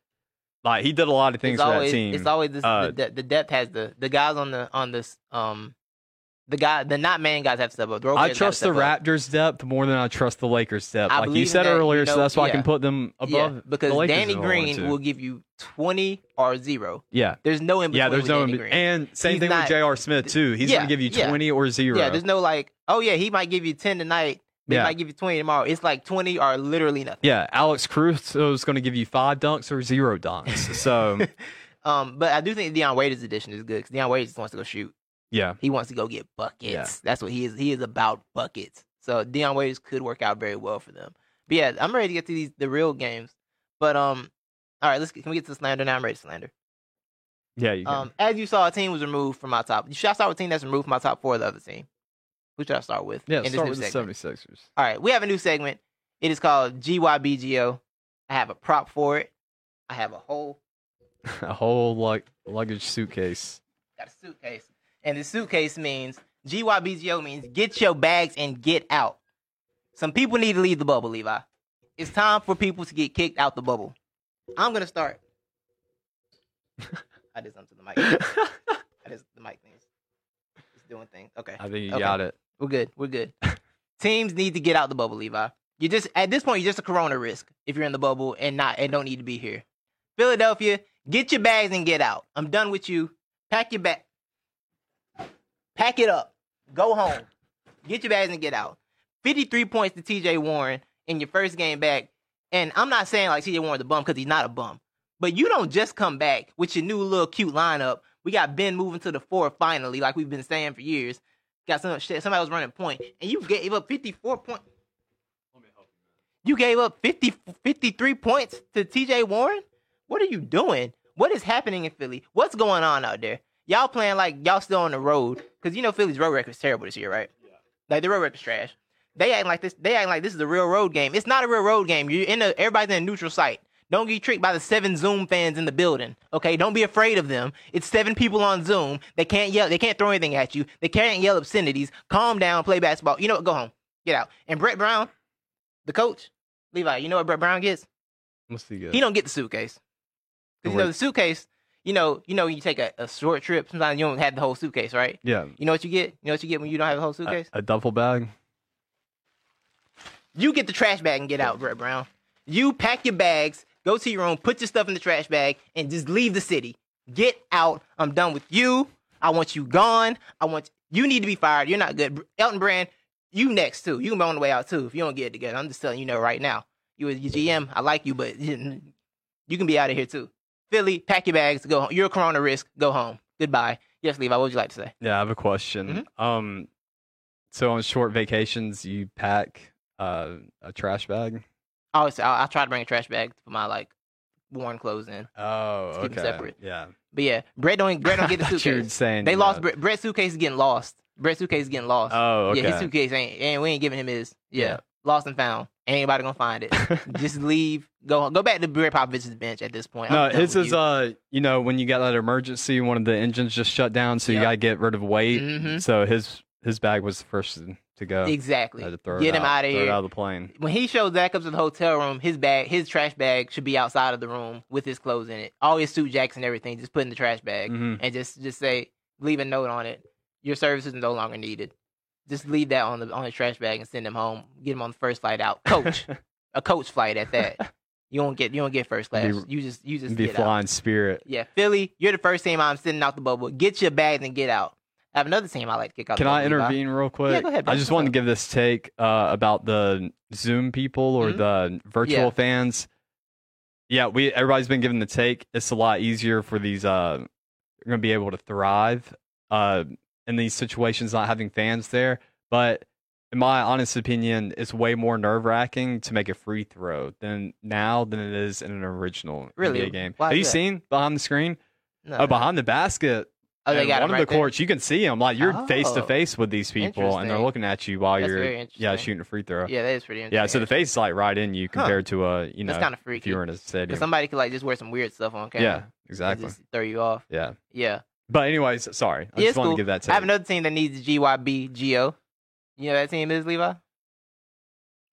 Speaker 1: Like he did a lot of things
Speaker 2: it's
Speaker 1: for
Speaker 2: always,
Speaker 1: that team.
Speaker 2: It's always this,
Speaker 1: Uh,
Speaker 2: the, de- the depth has the the guys on the on this um the guy the not man guys have to step up. role
Speaker 1: I
Speaker 2: players gotta
Speaker 1: trust the
Speaker 2: step up.
Speaker 1: Raptors depth more than I trust the Lakers depth.
Speaker 2: I
Speaker 1: like you
Speaker 2: believe in
Speaker 1: said
Speaker 2: that, you
Speaker 1: earlier, so
Speaker 2: know,
Speaker 1: that's why I can
Speaker 2: yeah.
Speaker 1: put them above
Speaker 2: yeah, because
Speaker 1: the Lakers
Speaker 2: Danny
Speaker 1: if I wanted
Speaker 2: Green
Speaker 1: to.
Speaker 2: will give you twenty or zero.
Speaker 1: Yeah.
Speaker 2: There's no in between.
Speaker 1: Yeah, there's
Speaker 2: with
Speaker 1: no
Speaker 2: Danny
Speaker 1: in-
Speaker 2: Green.
Speaker 1: and same
Speaker 2: He's
Speaker 1: thing with
Speaker 2: not-
Speaker 1: J.R. Smith too. He's
Speaker 2: Yeah,
Speaker 1: gonna give you
Speaker 2: yeah.
Speaker 1: twenty or zero.
Speaker 2: yeah, there's no like oh yeah he might give you ten tonight. but
Speaker 1: Yeah.
Speaker 2: He might give you twenty tomorrow. It's like twenty or literally nothing.
Speaker 1: Yeah, Alex Crusoe's going to give you five dunks or zero dunks. So
Speaker 2: Um, but I do think Deion Waiters edition is good because Deion Waiters wants to go shoot.
Speaker 1: yeah,
Speaker 2: He wants to go get buckets. That's what he is. He is about buckets. So Deion Waiters could work out very well for them. But yeah, I'm ready to get to these the real games. But um, all right, let's get, can we get to slander now? I'm ready to slander.
Speaker 1: yeah, you can.
Speaker 2: Um, as you saw, a team was removed from my top. Should I start with a team that's removed from my top four? Or the other team. Who should I start with?
Speaker 1: yeah.
Speaker 2: in this
Speaker 1: Start
Speaker 2: new
Speaker 1: with the
Speaker 2: segment?
Speaker 1: 76ers.
Speaker 2: All right, we have a new segment. It is called GYBGO. I have a prop for it. I have a whole
Speaker 1: A whole lug- luggage suitcase.
Speaker 2: got a suitcase, and the suitcase means GYBGO means get your bags and get out. Some people need to leave the bubble, Levi. It's time for people to get kicked out the bubble. I'm gonna start. I did something to the mic.
Speaker 1: I
Speaker 2: I just the mic thing. It's doing things. Okay.
Speaker 1: think you
Speaker 2: Okay.
Speaker 1: got it.
Speaker 2: We're good. We're good. Teams need to get out the bubble, Levi. You just at this point you're just a corona risk if you're in the bubble and not and don't need to be here. Philadelphia, get your bags and get out. I'm done with you. Pack your bag. Pack it up. Go home. Get your bags and get out. 53 points to TJ Warren in your first game back. And I'm not saying like TJ Warren's a bum because he's not a bum. But you don't just come back with your new little cute lineup. We got Ben moving to the four finally, like we've been saying for years got some shit. Somebody was running point, and you gave up 54 points. You gave up 50, 53 points to TJ Warren? What are you doing? What is happening in Philly? What's going on out there? Y'all playing like y'all still on the road. Because you know Philly's road record's terrible this year, right? Like the road record's trash. They act like this. They act like this is a real road game. It's not a real road game. You're in a everybody's in a neutral site. Don't get tricked by the seven Zoom fans in the building. Okay, don't be afraid of them. It's seven people on Zoom. They can't yell. They can't throw anything at you. They can't yell obscenities. Calm down. Play basketball. You know what? Go home. Get out. And Brett Brown, the coach, Levi. You know what Brett Brown gets?
Speaker 1: Must be good.
Speaker 2: He don't get the suitcase. 'Cause You
Speaker 1: Right.
Speaker 2: know the suitcase. You know, you know, you take a, a short trip. Sometimes you don't have the whole suitcase, right?
Speaker 1: yeah,
Speaker 2: You know what you get? You know what you get when you don't have the whole
Speaker 1: a,
Speaker 2: suitcase?
Speaker 1: a duffel bag.
Speaker 2: You get the trash bag and get out, Brett Brown. You pack your bags, go to your room, put your stuff in the trash bag, and just leave the city. Get out. I'm done with you. I want you gone. I want you need to be fired. You're not good. Elton Brand, you next too. You can be on the way out too if you don't get it together. I'm just telling you know right now. You as your GM, I like you, but you can be out of here too. Philly, pack your bags, go home. You're a corona risk. Go home. Goodbye. Yes, Levi, what would you like to say?
Speaker 1: Yeah, I have a question.
Speaker 2: Mm-hmm.
Speaker 1: Um, so on short vacations, you pack uh, a trash bag.
Speaker 2: I always say I, I try to bring a trash bag for my like worn clothes in.
Speaker 1: Oh,
Speaker 2: Keep 'em separate.
Speaker 1: Yeah,
Speaker 2: But yeah, Brett don't Brett don't get the
Speaker 1: I thought you were
Speaker 2: suitcase.
Speaker 1: saying
Speaker 2: They
Speaker 1: that.
Speaker 2: lost Brett, Brett's suitcase is getting lost. Brett's suitcase is getting lost.
Speaker 1: Oh, okay.
Speaker 2: Yeah, his suitcase ain't and we ain't giving him his. Yeah.
Speaker 1: Yeah.
Speaker 2: Lost and found. Ain't anybody gonna find it. Just leave. Go go back to Brett Popovich's bench at this point.
Speaker 1: No,
Speaker 2: I'm done
Speaker 1: his
Speaker 2: with
Speaker 1: is
Speaker 2: you.
Speaker 1: uh, you know, when you got that emergency, one of the engines just shut down, so you
Speaker 2: Yeah.
Speaker 1: gotta get rid of weight.
Speaker 2: Mhm.
Speaker 1: So his his bag was the first to go.
Speaker 2: Exactly.
Speaker 1: Had to throw it
Speaker 2: Get him out of
Speaker 1: throw it
Speaker 2: here.
Speaker 1: out of the plane.
Speaker 2: When he shows back up to the hotel room, his bag, his trash bag should be outside of the room with his clothes in it. All his suit jackets and everything, just put in the trash bag.
Speaker 1: Mhm.
Speaker 2: and just just say leave a note on it. Your service is no longer needed. Just leave that on the on the trash bag and send them home. Get them on the first flight out. Coach, a coach flight at that. You don't get you don't get first class.
Speaker 1: Be-
Speaker 2: you just you just
Speaker 1: Be
Speaker 2: get out.
Speaker 1: flying spirit.
Speaker 2: Yeah, Philly, you're the first team I'm sending out the bubble. Get your bags and get out. I have another team I like to kick out.
Speaker 1: Can
Speaker 2: the
Speaker 1: I
Speaker 2: bubble, Levi.
Speaker 1: intervene real quick?
Speaker 2: go ahead, bro.
Speaker 1: I just
Speaker 2: What's
Speaker 1: wanted to
Speaker 2: up?
Speaker 1: give this take uh, about the Zoom people or
Speaker 2: Mhm.
Speaker 1: the virtual
Speaker 2: Yeah.
Speaker 1: fans. Yeah, we everybody's been given the take. It's a lot easier for these. Uh, you're gonna be able to thrive uh, in these situations, not having fans there. But in my honest opinion, it's way more nerve wracking to make a free throw than now than it is in an original
Speaker 2: Really?
Speaker 1: NBA game.
Speaker 2: Why
Speaker 1: Have
Speaker 2: is
Speaker 1: you
Speaker 2: that? Uh, uh-huh.
Speaker 1: seen behind the screen?
Speaker 2: No.
Speaker 1: Oh, behind the basket.
Speaker 2: Oh, they
Speaker 1: And
Speaker 2: got
Speaker 1: one
Speaker 2: him
Speaker 1: of
Speaker 2: right
Speaker 1: the courts, you can see them. Like you're face to
Speaker 2: Oh.
Speaker 1: face with these people, and they're
Speaker 2: Interesting.
Speaker 1: looking at you while
Speaker 2: That's very
Speaker 1: you're yeah
Speaker 2: interesting.
Speaker 1: shooting a free throw.
Speaker 2: there.
Speaker 1: Yeah,
Speaker 2: Yeah, that is pretty interesting.
Speaker 1: so the face is like right in you
Speaker 2: Huh.
Speaker 1: compared to a you know
Speaker 2: that's kind of
Speaker 1: if
Speaker 2: freaky.
Speaker 1: you were in a city.
Speaker 2: Because somebody could like just wear some weird stuff on camera.
Speaker 1: Yeah,
Speaker 2: and
Speaker 1: exactly.
Speaker 2: Just throw you off.
Speaker 1: Yeah,
Speaker 2: Yeah.
Speaker 1: but anyways, sorry, I
Speaker 2: Yeah,
Speaker 1: just
Speaker 2: it's
Speaker 1: wanted
Speaker 2: cool.
Speaker 1: to give that.
Speaker 2: I
Speaker 1: To
Speaker 2: have another team that needs GYBGO. You know what that team is, Levi?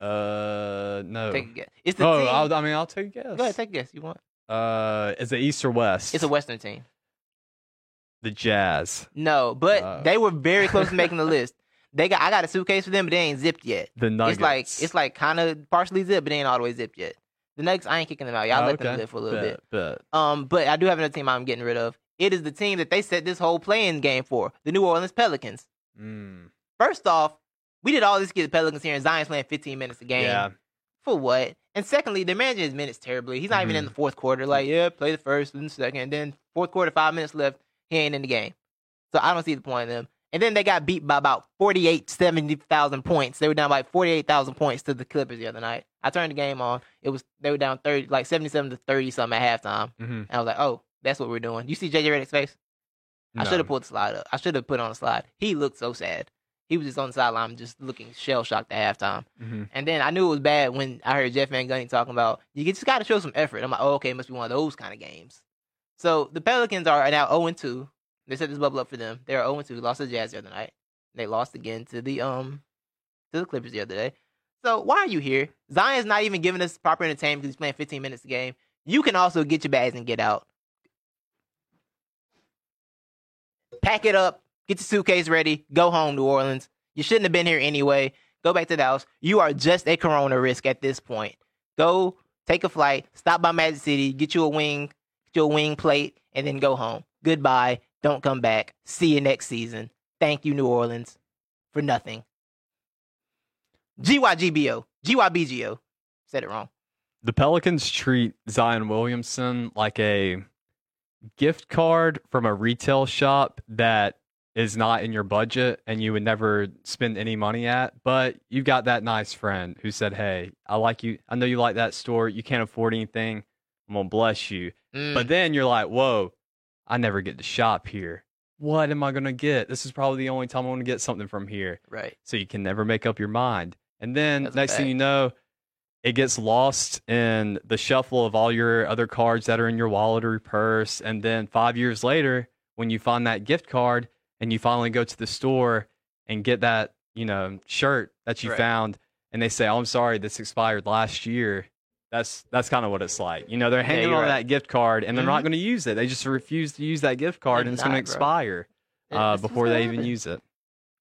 Speaker 1: Uh, no.
Speaker 2: Take a guess. It's the
Speaker 1: oh,
Speaker 2: team.
Speaker 1: I'll, I mean, I'll take a guess.
Speaker 2: Go ahead, take a guess. You want?
Speaker 1: uh, is it East or West?
Speaker 2: It's a Western team.
Speaker 1: the Jazz,
Speaker 2: No, but
Speaker 1: Oh.
Speaker 2: they were very close to making the list. They got I got a suitcase for them, but they ain't zipped yet.
Speaker 1: the Nuggets.
Speaker 2: It's like it's like kind of partially zipped, but they ain't all the way zipped yet. The Nuggets, I ain't kicking them out. Y'all
Speaker 1: Oh,
Speaker 2: let them
Speaker 1: okay.
Speaker 2: live for a little bit.
Speaker 1: Bet, bet.
Speaker 2: Um, but I do have another team I'm getting rid of. It is the team that they set this whole playing game for, the New Orleans Pelicans.
Speaker 1: Mm,
Speaker 2: First off, we did all this to get the Pelicans here, and Zion's playing 15 minutes a game.
Speaker 1: yeah,
Speaker 2: For what? And secondly, they're managing his minutes terribly. He's not even in
Speaker 1: Mhm.
Speaker 2: the fourth quarter. Like, yeah, play the first, then the second, and then fourth quarter, five minutes left, he ain't in the game. So I don't see the point in them. And then they got beat by about 48, 70,000 points. They were down like 48,000 points to the Clippers the other night. I turned the game on. It was they were down 30, like 77 to 30 something at halftime.
Speaker 1: mhm.
Speaker 2: And I was like, oh, that's what we're doing. You see JJ Redick's face? I
Speaker 1: No.
Speaker 2: should have pulled the slide up. I should have put on a slide. He looked so sad. He was just on the sideline, just looking shell shocked at halftime.
Speaker 1: Mhm.
Speaker 2: And then I knew it was bad when I heard Jeff Van Gundy talking about you just got to show some effort. I'm like, oh, okay, it must be one of those kind of games. So the Pelicans are now 0 2. They set this bubble up for them. They are 0 2. Lost to the Jazz the other night. They lost again to the um to the Clippers the other day. So why are you here? Zion's not even giving us proper entertainment because he's playing 15 minutes a game. You can also get your bags and get out. Pack it up. Get your suitcase ready. Go home, New Orleans. You shouldn't have been here anyway. Go back to Dallas. You are just a corona risk at this point. Go take a flight. Stop by Magic City. Get you a wing. Get you a wing plate, and then go home. Goodbye. Don't come back. See you next season. Thank you, New Orleans, for nothing. GYGBO. GYBGO. Said it wrong.
Speaker 1: The Pelicans treat Zion Williamson like a gift card from a retail shop that is not in your budget and you would never spend any money at, but you got that nice friend who said, "Hey, I like you. I know you like that store. You can't afford anything. I'm gonna bless you."
Speaker 2: Mm.
Speaker 1: But then you're like, "Whoa, I never get to shop here. What am I gonna get? This is probably the only time I'm gonna get something from here."
Speaker 2: right.
Speaker 1: so you can never make up your mind. And then
Speaker 2: That's a
Speaker 1: next thing
Speaker 2: fact.
Speaker 1: you know, it gets lost in the shuffle of all your other cards that are in your wallet or your purse. And then five years later, when you find that gift card and you finally go to the store and get that, you know, shirt that you
Speaker 2: Right.
Speaker 1: found, and they say, "Oh, I'm sorry, this expired last year." That's that's kind of what it's like. You know, they're hanging
Speaker 2: you're
Speaker 1: on
Speaker 2: right. Mm-hmm.
Speaker 1: that gift card and they're not going to use it. They just refuse to use that gift card,
Speaker 2: They're
Speaker 1: and it's going to
Speaker 2: not, bro.
Speaker 1: expire uh,
Speaker 2: This is
Speaker 1: before
Speaker 2: what
Speaker 1: they even
Speaker 2: happened.
Speaker 1: use it.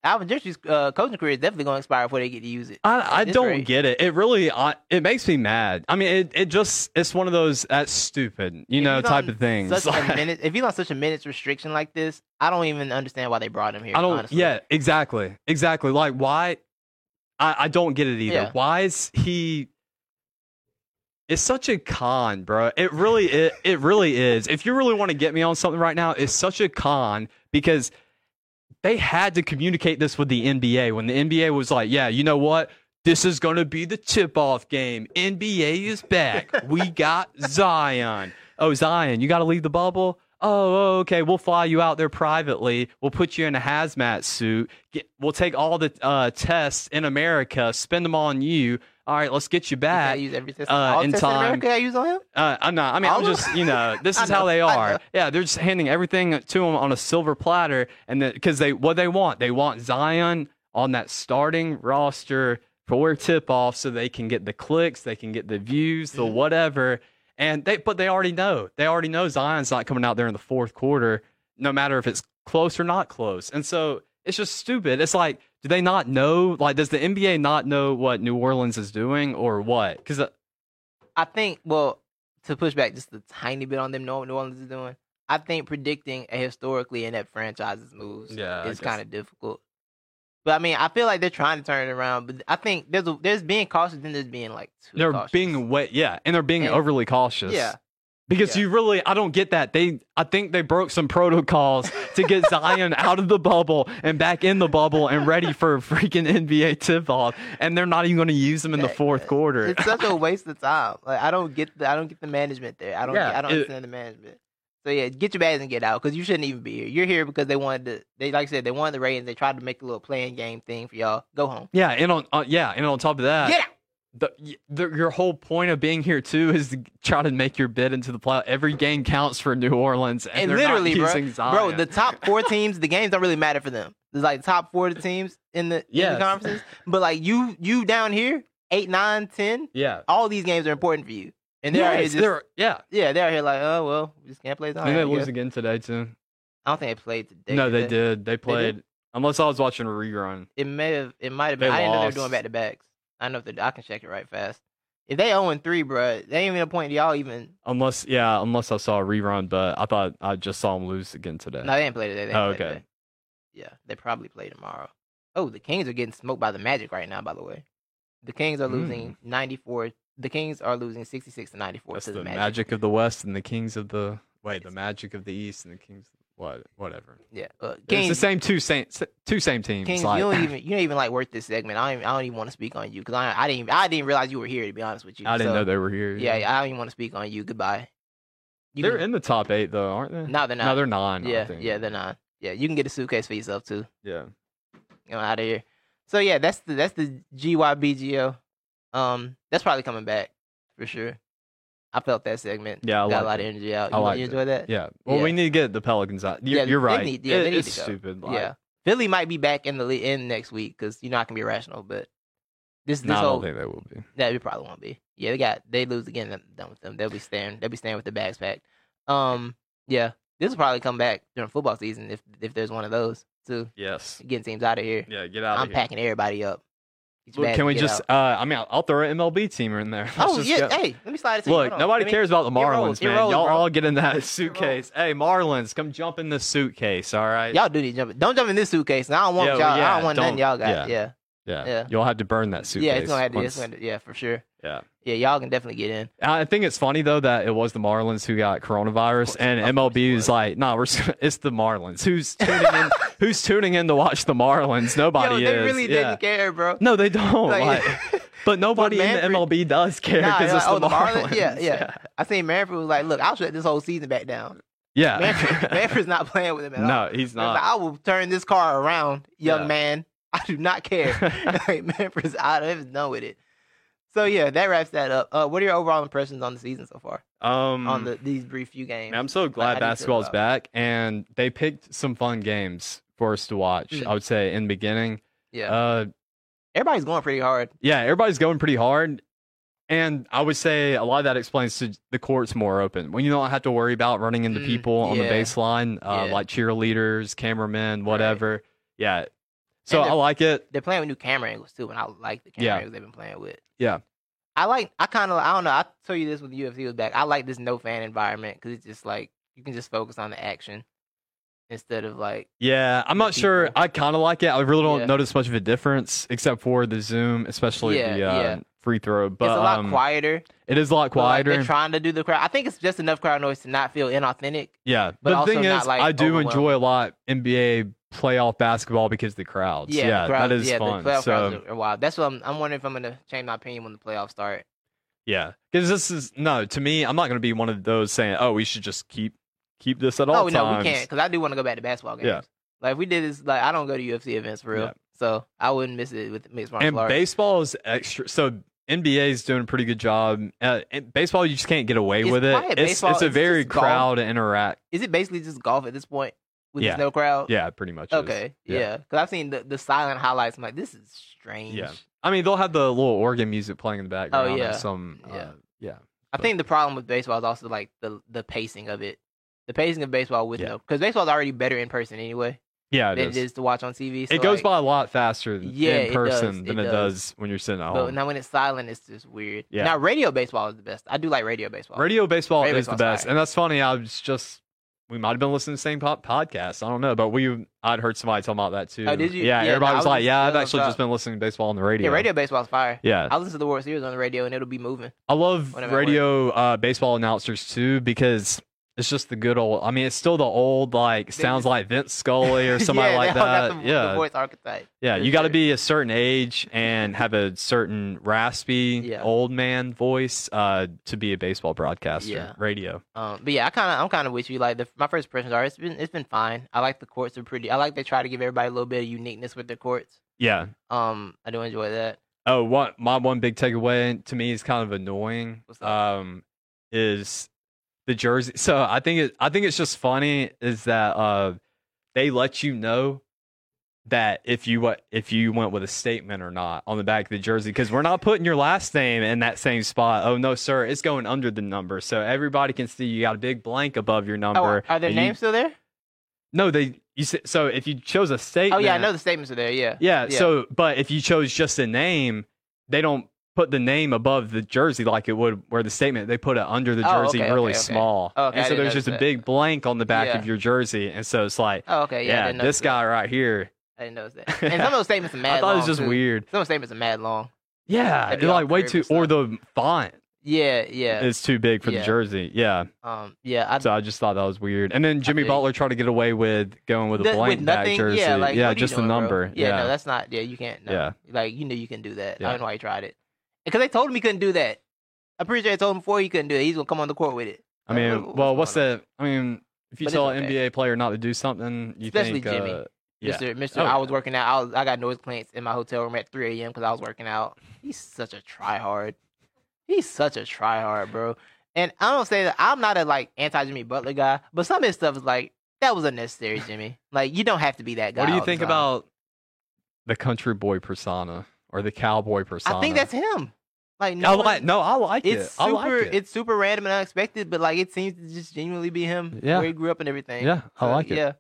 Speaker 2: Alvin Gentry's uh, coaching career is definitely going to expire before they get to use it.
Speaker 1: I, I
Speaker 2: this
Speaker 1: don't
Speaker 2: rate.
Speaker 1: get it. It really, I, it makes me mad. I mean, it, it just, it's one of those that's stupid, you
Speaker 2: If
Speaker 1: know,
Speaker 2: he's
Speaker 1: type
Speaker 2: on
Speaker 1: of things.
Speaker 2: Such
Speaker 1: Like,
Speaker 2: a minute, if he's on such a minutes restriction like this, I don't even understand why they brought him here.
Speaker 1: I don't,
Speaker 2: honestly.
Speaker 1: yeah, exactly, exactly. Like, why? I, I don't get it either.
Speaker 2: Yeah.
Speaker 1: Why is he? It's such a con, bro. It really, it, it really is. If you really want to get me on something right now, it's such a con because they had to communicate this with the NBA when the NBA was like, yeah, you know what? This is going to be the tip off game. NBA is back. We got Zion. Oh, Zion, you got to leave the bubble? Oh, oh, okay. We'll fly you out there privately. We'll put you in a hazmat suit. Get, we'll take all the uh, tests in America, spend them on you. All right, let's get you
Speaker 2: You can't
Speaker 1: back.
Speaker 2: use every test.
Speaker 1: uh,
Speaker 2: all
Speaker 1: in
Speaker 2: tests
Speaker 1: time-
Speaker 2: in America I use on him.
Speaker 1: Uh, I'm not. I mean, I'm
Speaker 2: All of
Speaker 1: just, you know, this
Speaker 2: I
Speaker 1: is how
Speaker 2: know,
Speaker 1: they
Speaker 2: I
Speaker 1: are.
Speaker 2: know.
Speaker 1: Yeah, they're just handing everything to them on a silver platter, and because they what they want, they want Zion on that starting roster for tip off, so they can get the clicks, they can get the views, the
Speaker 2: Mhm.
Speaker 1: whatever. And they, but they already know, they already know Zion's not coming out there in the fourth quarter, no matter if it's close or not close. And so it's just stupid. It's like, do they not know? Like, does the NBA not know what New Orleans is doing or what? uh, Because
Speaker 2: I think, well, to push back just a tiny bit on them, knowing what New Orleans is doing, I think predicting a historically inept franchise's moves
Speaker 1: Yeah, I
Speaker 2: is
Speaker 1: guess.
Speaker 2: kind of difficult. But I mean, I feel like they're trying to turn it around. But I think there's a, there's being cautious and there's being like too
Speaker 1: they're
Speaker 2: cautious.
Speaker 1: being wet yeah and they're being
Speaker 2: And-
Speaker 1: overly cautious
Speaker 2: yeah.
Speaker 1: because
Speaker 2: yeah.
Speaker 1: you really i don't get that they i think they broke some protocols to get zion out of the bubble and back in the bubble and ready for a freaking nba tip off and they're not even going to use them in the
Speaker 2: That-
Speaker 1: fourth quarter
Speaker 2: It's such a waste of time. Like I don't get the I don't get the management there. I don't
Speaker 1: Yeah,
Speaker 2: get- I don't
Speaker 1: it-
Speaker 2: understand the management. So yeah, get your bags and get out because you shouldn't even be here. You're here because they wanted to. They like I said they wanted the ratings. They tried to make a little playing game thing for y'all. Go home.
Speaker 1: yeah and on uh, yeah and on top of that
Speaker 2: Get out.
Speaker 1: the, y- the your whole point of being here too is to try to make your bid into the playoff. Every game counts for New Orleans, and,
Speaker 2: And
Speaker 1: they're not
Speaker 2: literally, bro-
Speaker 1: using Zion.
Speaker 2: Bro, the top four teams, the games don't really matter for them. It's like top four teams in the, in
Speaker 1: Yes.
Speaker 2: the conferences. But like you you down here, eight, nine, ten,
Speaker 1: yeah,
Speaker 2: all these games are important for you. And they're out here
Speaker 1: yes,
Speaker 2: just,
Speaker 1: they're yeah.
Speaker 2: yeah, they're out here like, oh well, we just can't play Zion.
Speaker 1: Didn't
Speaker 2: I
Speaker 1: they lose
Speaker 2: guess."
Speaker 1: again today too?
Speaker 2: I don't think they played today.
Speaker 1: no, they did. They played. Unless I was watching a rerun.
Speaker 2: It may have it might have
Speaker 1: They
Speaker 2: been I didn't know they were
Speaker 1: lost.
Speaker 2: doing back to backs. I don't know if they I can check it right fast. If they 0 three, bro, they ain't even a point y'all even
Speaker 1: Unless yeah, unless I saw a rerun, but I thought I just saw them lose again today.
Speaker 2: No, they didn't play today. They didn't
Speaker 1: Oh,
Speaker 2: play
Speaker 1: okay.
Speaker 2: Today. Yeah, they probably play tomorrow. Oh, the Kings are getting smoked by the Magic right now. By the way, the Kings are losing ninety four. The Kings are losing sixty six to ninety four
Speaker 1: Hmm. That's
Speaker 2: to
Speaker 1: the
Speaker 2: the
Speaker 1: magic.
Speaker 2: Magic.
Speaker 1: of the West and the Kings of the wait, the Magic of the East and the Kings. What whatever.
Speaker 2: Yeah, uh,
Speaker 1: It's the
Speaker 2: Kings.
Speaker 1: same two same two same teams.
Speaker 2: Kings,
Speaker 1: like-
Speaker 2: you don't even you don't even like worth this segment. I don't even, I don't even want to speak on you because I I didn't I didn't realize you were here to be honest with you.
Speaker 1: I didn't
Speaker 2: So,
Speaker 1: know they were here.
Speaker 2: Yeah, yeah, I don't even want to speak on you. Goodbye. You
Speaker 1: they're
Speaker 2: can-
Speaker 1: in the top eight though, aren't they?
Speaker 2: No, they're not.
Speaker 1: No, they're nine. I
Speaker 2: yeah,
Speaker 1: think.
Speaker 2: yeah, they're not. Yeah, you can get a suitcase for yourself too.
Speaker 1: Yeah.
Speaker 2: I'm out of here. So yeah, that's the that's the GYBGO. Um, that's probably coming back for sure. I felt that segment.
Speaker 1: Yeah, I
Speaker 2: got
Speaker 1: liked
Speaker 2: a lot
Speaker 1: it.
Speaker 2: of energy out.
Speaker 1: I
Speaker 2: You, li-
Speaker 1: liked
Speaker 2: you
Speaker 1: it.
Speaker 2: enjoy that?
Speaker 1: Yeah. Well, we
Speaker 2: Yeah.
Speaker 1: need to get the Pelicans out. You're,
Speaker 2: Yeah,
Speaker 1: you're
Speaker 2: they
Speaker 1: right.
Speaker 2: need- yeah,
Speaker 1: It-
Speaker 2: they need
Speaker 1: it's
Speaker 2: to go.
Speaker 1: stupid. Like,
Speaker 2: yeah. Philly might be back in the le- in next week because you know I can be rational, but this this
Speaker 1: no, I
Speaker 2: whole
Speaker 1: don't think they will be.
Speaker 2: that we probably won't be. Yeah, they got they lose again. I'm done with them. They'll be staying. They'll be staying with the bags packed. Um, yeah, this will probably come back during football season if if there's one of those too.
Speaker 1: Yes.
Speaker 2: Getting teams out of here.
Speaker 1: Yeah. Get out.
Speaker 2: I'm
Speaker 1: of here.
Speaker 2: packing everybody up. Get your
Speaker 1: Look,
Speaker 2: bags
Speaker 1: can
Speaker 2: and
Speaker 1: we
Speaker 2: get
Speaker 1: just?
Speaker 2: out.
Speaker 1: Uh, I mean, I'll, I'll throw an MLB team in there. Let's
Speaker 2: Oh
Speaker 1: just
Speaker 2: yeah,
Speaker 1: go.
Speaker 2: hey, let me slide it to you. Hold
Speaker 1: Look,
Speaker 2: on.
Speaker 1: nobody
Speaker 2: Let me-
Speaker 1: cares about the
Speaker 2: It
Speaker 1: Marlins,
Speaker 2: rolls, it
Speaker 1: man.
Speaker 2: rolls,
Speaker 1: Y'all
Speaker 2: bro.
Speaker 1: all get in that
Speaker 2: rolls.
Speaker 1: suitcase. Hey, Marlins, come jump in this suitcase, all right?
Speaker 2: Y'all do these jump. Don't jump in this suitcase. and I don't want
Speaker 1: Yeah,
Speaker 2: y'all.
Speaker 1: well,
Speaker 2: I
Speaker 1: yeah,
Speaker 2: don't want nothing
Speaker 1: don't-
Speaker 2: y'all got. Yeah,
Speaker 1: yeah.
Speaker 2: yeah.
Speaker 1: You'll have to burn that
Speaker 2: yeah.
Speaker 1: suitcase.
Speaker 2: it's gonna have to. It's
Speaker 1: once-
Speaker 2: gonna, yeah, for sure.
Speaker 1: Yeah.
Speaker 2: Yeah, y'all can definitely get in.
Speaker 1: I think it's funny though that it was the Marlins who got coronavirus,
Speaker 2: Of course- of
Speaker 1: and
Speaker 2: course
Speaker 1: MLB
Speaker 2: it
Speaker 1: is
Speaker 2: was.
Speaker 1: like, nah, we're s- it's the Marlins. Who's tuning in? who's tuning in to watch the Marlins?
Speaker 2: Yo,
Speaker 1: Nobody
Speaker 2: they
Speaker 1: is.
Speaker 2: really
Speaker 1: yeah.
Speaker 2: didn't care, bro.
Speaker 1: No, they don't.
Speaker 2: Like-
Speaker 1: like- but nobody
Speaker 2: Manfred-
Speaker 1: in the MLB does care
Speaker 2: Nah,
Speaker 1: because
Speaker 2: they're
Speaker 1: it's
Speaker 2: like,
Speaker 1: the,
Speaker 2: "Oh, the Marlins?"
Speaker 1: Marlins.
Speaker 2: Yeah, yeah. I seen Manfred was like, "Look, I'll shut this whole season back down."
Speaker 1: yeah.
Speaker 2: Manfred, Manfred's not playing with him at all.
Speaker 1: no, he's
Speaker 2: Manfred's
Speaker 1: not.
Speaker 2: like, I will turn this car around, young
Speaker 1: Yeah.
Speaker 2: man. I do not care. like, Manfred's out of his done with it. So yeah, that wraps that up. Uh, what are your overall impressions on the season so far?
Speaker 1: um,
Speaker 2: on the these brief few games.
Speaker 1: Man, I'm so glad
Speaker 2: how do you feel
Speaker 1: basketball's
Speaker 2: about
Speaker 1: back, and they picked some fun games for us to watch.
Speaker 2: Mm.
Speaker 1: I would say in the beginning,
Speaker 2: yeah,
Speaker 1: uh,
Speaker 2: everybody's going pretty hard.
Speaker 1: yeah, everybody's going pretty hard, and I would say a lot of that explains to the courts more open when you don't have to worry about running into
Speaker 2: Mm,
Speaker 1: people on the
Speaker 2: yeah.
Speaker 1: baseline, uh,
Speaker 2: Yeah.
Speaker 1: like cheerleaders, cameramen, whatever. Yeah, so
Speaker 2: And
Speaker 1: I
Speaker 2: the-
Speaker 1: like it.
Speaker 2: They're playing with new camera angles too, and I like the camera
Speaker 1: Yeah.
Speaker 2: angles they've been playing with.
Speaker 1: Yeah.
Speaker 2: I like. I kind of. I don't know. I told you this when the UFC was back. I like this no fan environment because it's just like you can just focus on the action instead of like
Speaker 1: Yeah, I'm
Speaker 2: the
Speaker 1: not sure.
Speaker 2: people.
Speaker 1: I kind of like it. I really don't
Speaker 2: Yeah.
Speaker 1: notice much of a difference except for the zoom, especially
Speaker 2: Yeah,
Speaker 1: the uh,
Speaker 2: yeah.
Speaker 1: free throw. But
Speaker 2: it's a lot
Speaker 1: um,
Speaker 2: quieter.
Speaker 1: it is a lot
Speaker 2: but, like,
Speaker 1: quieter.
Speaker 2: they're trying to do the crowd. I think it's just enough crowd noise to not feel inauthentic.
Speaker 1: Yeah,
Speaker 2: but
Speaker 1: but, the
Speaker 2: also
Speaker 1: thing
Speaker 2: not,
Speaker 1: is,
Speaker 2: like,
Speaker 1: I do
Speaker 2: overwhelmed.
Speaker 1: enjoy a lot NBA playoff basketball because the crowds. Yeah,
Speaker 2: the crowd-
Speaker 1: that is
Speaker 2: yeah,
Speaker 1: fun.
Speaker 2: The playoff
Speaker 1: So
Speaker 2: crowds are, are wild. That's what I'm. I'm wondering if I'm gonna change my opinion when the playoffs start.
Speaker 1: yeah, because this is no to me. I'm not going to be one of those saying, "Oh, we should just keep keep this at all
Speaker 2: oh
Speaker 1: times."
Speaker 2: no, we can't because I do want to go back to basketball games.
Speaker 1: Yeah.
Speaker 2: Like if we did this, like I don't go to UFC events for real,
Speaker 1: Yeah.
Speaker 2: so I wouldn't miss it with mixed martial
Speaker 1: And
Speaker 2: arts.
Speaker 1: baseball is extra. So NBA is doing a pretty good job. Uh, and baseball, you just can't get away
Speaker 2: It's
Speaker 1: with it.
Speaker 2: quiet.
Speaker 1: It's,
Speaker 2: Baseball,
Speaker 1: it's a
Speaker 2: it's
Speaker 1: very
Speaker 2: just golf.
Speaker 1: crowd interact.
Speaker 2: Is it basically just golf at this point with
Speaker 1: Yeah.
Speaker 2: just no crowd?
Speaker 1: Yeah, pretty much. is.
Speaker 2: Okay.
Speaker 1: Yeah.
Speaker 2: Yeah. Because I've seen the, the silent highlights. I'm like, this is strange.
Speaker 1: Yeah. I mean, they'll have the little organ music playing in the background.
Speaker 2: Oh, yeah.
Speaker 1: and some. Uh,
Speaker 2: Yeah.
Speaker 1: yeah.
Speaker 2: I think the problem with baseball is also like the the pacing of it. The pacing of baseball with
Speaker 1: Yeah.
Speaker 2: no because baseball's already better in person anyway
Speaker 1: Yeah. It
Speaker 2: than
Speaker 1: is.
Speaker 2: it is to watch on TV. So
Speaker 1: it goes
Speaker 2: like,
Speaker 1: by a lot faster th-
Speaker 2: Yeah, it
Speaker 1: in
Speaker 2: does,
Speaker 1: person
Speaker 2: it
Speaker 1: than it does.
Speaker 2: does.
Speaker 1: when you're sitting at
Speaker 2: But
Speaker 1: home.
Speaker 2: now when it's silent, it's just weird.
Speaker 1: Yeah.
Speaker 2: Now radio baseball is the best. I do like radio baseball.
Speaker 1: Radio baseball
Speaker 2: Radio
Speaker 1: is the
Speaker 2: baseball's
Speaker 1: best,
Speaker 2: fire.
Speaker 1: and that's funny. I was just we might have been listening to the same po- podcast. I don't know, but we I'd heard somebody talking about that too.
Speaker 2: Oh, did you?
Speaker 1: Yeah,
Speaker 2: Yeah,
Speaker 1: everybody
Speaker 2: no, I
Speaker 1: was
Speaker 2: was
Speaker 1: like,
Speaker 2: just-
Speaker 1: "Yeah, I've
Speaker 2: that's what I
Speaker 1: actually just
Speaker 2: thought.
Speaker 1: been listening to baseball on the radio."
Speaker 2: Yeah, radio baseball's fire.
Speaker 1: Yeah,
Speaker 2: I listen to the World Series on the radio and it'll be moving.
Speaker 1: I love
Speaker 2: When I'm at work.
Speaker 1: radio uh, baseball announcers too because it's just the good old. I mean, it's still the old like sounds
Speaker 2: just-
Speaker 1: like Vince Scully or somebody
Speaker 2: yeah,
Speaker 1: like
Speaker 2: they all got
Speaker 1: that.
Speaker 2: The,
Speaker 1: yeah,
Speaker 2: the voice archetype.
Speaker 1: Yeah,
Speaker 2: For
Speaker 1: you got to
Speaker 2: sure.
Speaker 1: be a certain age and have a certain raspy
Speaker 2: Yeah.
Speaker 1: old man voice uh, to be a baseball broadcaster.
Speaker 2: Yeah.
Speaker 1: Radio.
Speaker 2: Um, but yeah, I kind of I'm kind of with you. Like the, my first impressions are it's been it's been fine. I like the courts are pretty. I like they try to give everybody a little bit of uniqueness with their courts.
Speaker 1: Yeah.
Speaker 2: Um, I do enjoy that.
Speaker 1: Oh, what my one big takeaway to me is kind of annoying.
Speaker 2: What's that?
Speaker 1: Um, is the jersey? So I think it. I think it's just funny is that uh, they let you know that if you what if you went with a statement or not on the back of the jersey because we're not putting your last name in that same spot. Oh no, sir, it's going under the number, so everybody can see you got a big blank above your
Speaker 2: Oh,
Speaker 1: number.
Speaker 2: are are their
Speaker 1: and Um, you-
Speaker 2: names still there?
Speaker 1: no, they. You said so if you chose a
Speaker 2: Oh
Speaker 1: statement.
Speaker 2: yeah, I know the statements are there. Yeah.
Speaker 1: Yeah,
Speaker 2: Yeah.
Speaker 1: So, but if you chose just a name, they don't put the name above the jersey like it would where the statement they put it under the
Speaker 2: Oh,
Speaker 1: jersey
Speaker 2: okay,
Speaker 1: really
Speaker 2: okay, okay.
Speaker 1: small.
Speaker 2: Oh, okay,
Speaker 1: and
Speaker 2: I
Speaker 1: so
Speaker 2: didn't
Speaker 1: there's just a
Speaker 2: notice that.
Speaker 1: big blank on the back
Speaker 2: Yeah.
Speaker 1: of your jersey, and so it's like,
Speaker 2: Oh okay. Yeah. I
Speaker 1: yeah,
Speaker 2: didn't notice
Speaker 1: this guy right here.
Speaker 2: That. I didn't notice that. And some of those statements are mad.
Speaker 1: I thought it was
Speaker 2: long,
Speaker 1: just
Speaker 2: too.
Speaker 1: weird.
Speaker 2: Some of the statements are mad long.
Speaker 1: Yeah,
Speaker 2: They'd be
Speaker 1: it,
Speaker 2: all
Speaker 1: like way
Speaker 2: curved
Speaker 1: too,
Speaker 2: and
Speaker 1: or the font
Speaker 2: Yeah. Yeah.
Speaker 1: is too big for the
Speaker 2: Yeah.
Speaker 1: jersey. Yeah,
Speaker 2: um. Yeah. I,
Speaker 1: so I just thought that was weird. And then Jimmy
Speaker 2: think-
Speaker 1: Butler tried to get away with going with a
Speaker 2: Th-
Speaker 1: blank back jersey.
Speaker 2: Yeah, like, what are you
Speaker 1: just the
Speaker 2: doing, bro?
Speaker 1: number.
Speaker 2: Yeah, no, that's not. Yeah, you can't. No.
Speaker 1: Yeah.
Speaker 2: like you knew you couldn't do that. I
Speaker 1: Yeah.
Speaker 2: don't know why he tried it because they told him he couldn't do that. I'm pretty sure they told him before he couldn't do it. He's gonna come on the court with it,
Speaker 1: I
Speaker 2: Like,
Speaker 1: mean,
Speaker 2: what-
Speaker 1: well,
Speaker 2: what's
Speaker 1: what's
Speaker 2: going
Speaker 1: the? I mean, if you
Speaker 2: But it's
Speaker 1: tell
Speaker 2: okay.
Speaker 1: an NBA player not to do something, you
Speaker 2: Especially
Speaker 1: think,
Speaker 2: Jimmy.
Speaker 1: uh, yeah,
Speaker 2: Mister. Mister.
Speaker 1: Oh,
Speaker 2: I
Speaker 1: yeah.
Speaker 2: was working out. I, was, I got noise complaints in my hotel room at 3 a.m. because I was working out. He's such a tryhard. He's such a tryhard, bro. And I don't say that I'm not a like anti Jimmy Butler guy, but some of his stuff is like that was unnecessary, Jimmy. Like you don't have to be that guy.
Speaker 1: what do
Speaker 2: all
Speaker 1: you
Speaker 2: the
Speaker 1: think
Speaker 2: time.
Speaker 1: about the country boy persona or the cowboy persona?
Speaker 2: I think that's him. Like
Speaker 1: I
Speaker 2: no, one-
Speaker 1: like. No, I like
Speaker 2: it's
Speaker 1: it. I
Speaker 2: super
Speaker 1: like it.
Speaker 2: it's super random and unexpected, but like it seems to just genuinely be him.
Speaker 1: Yeah.
Speaker 2: Where he grew up and everything.
Speaker 1: yeah, I
Speaker 2: So,
Speaker 1: like it.
Speaker 2: Yeah.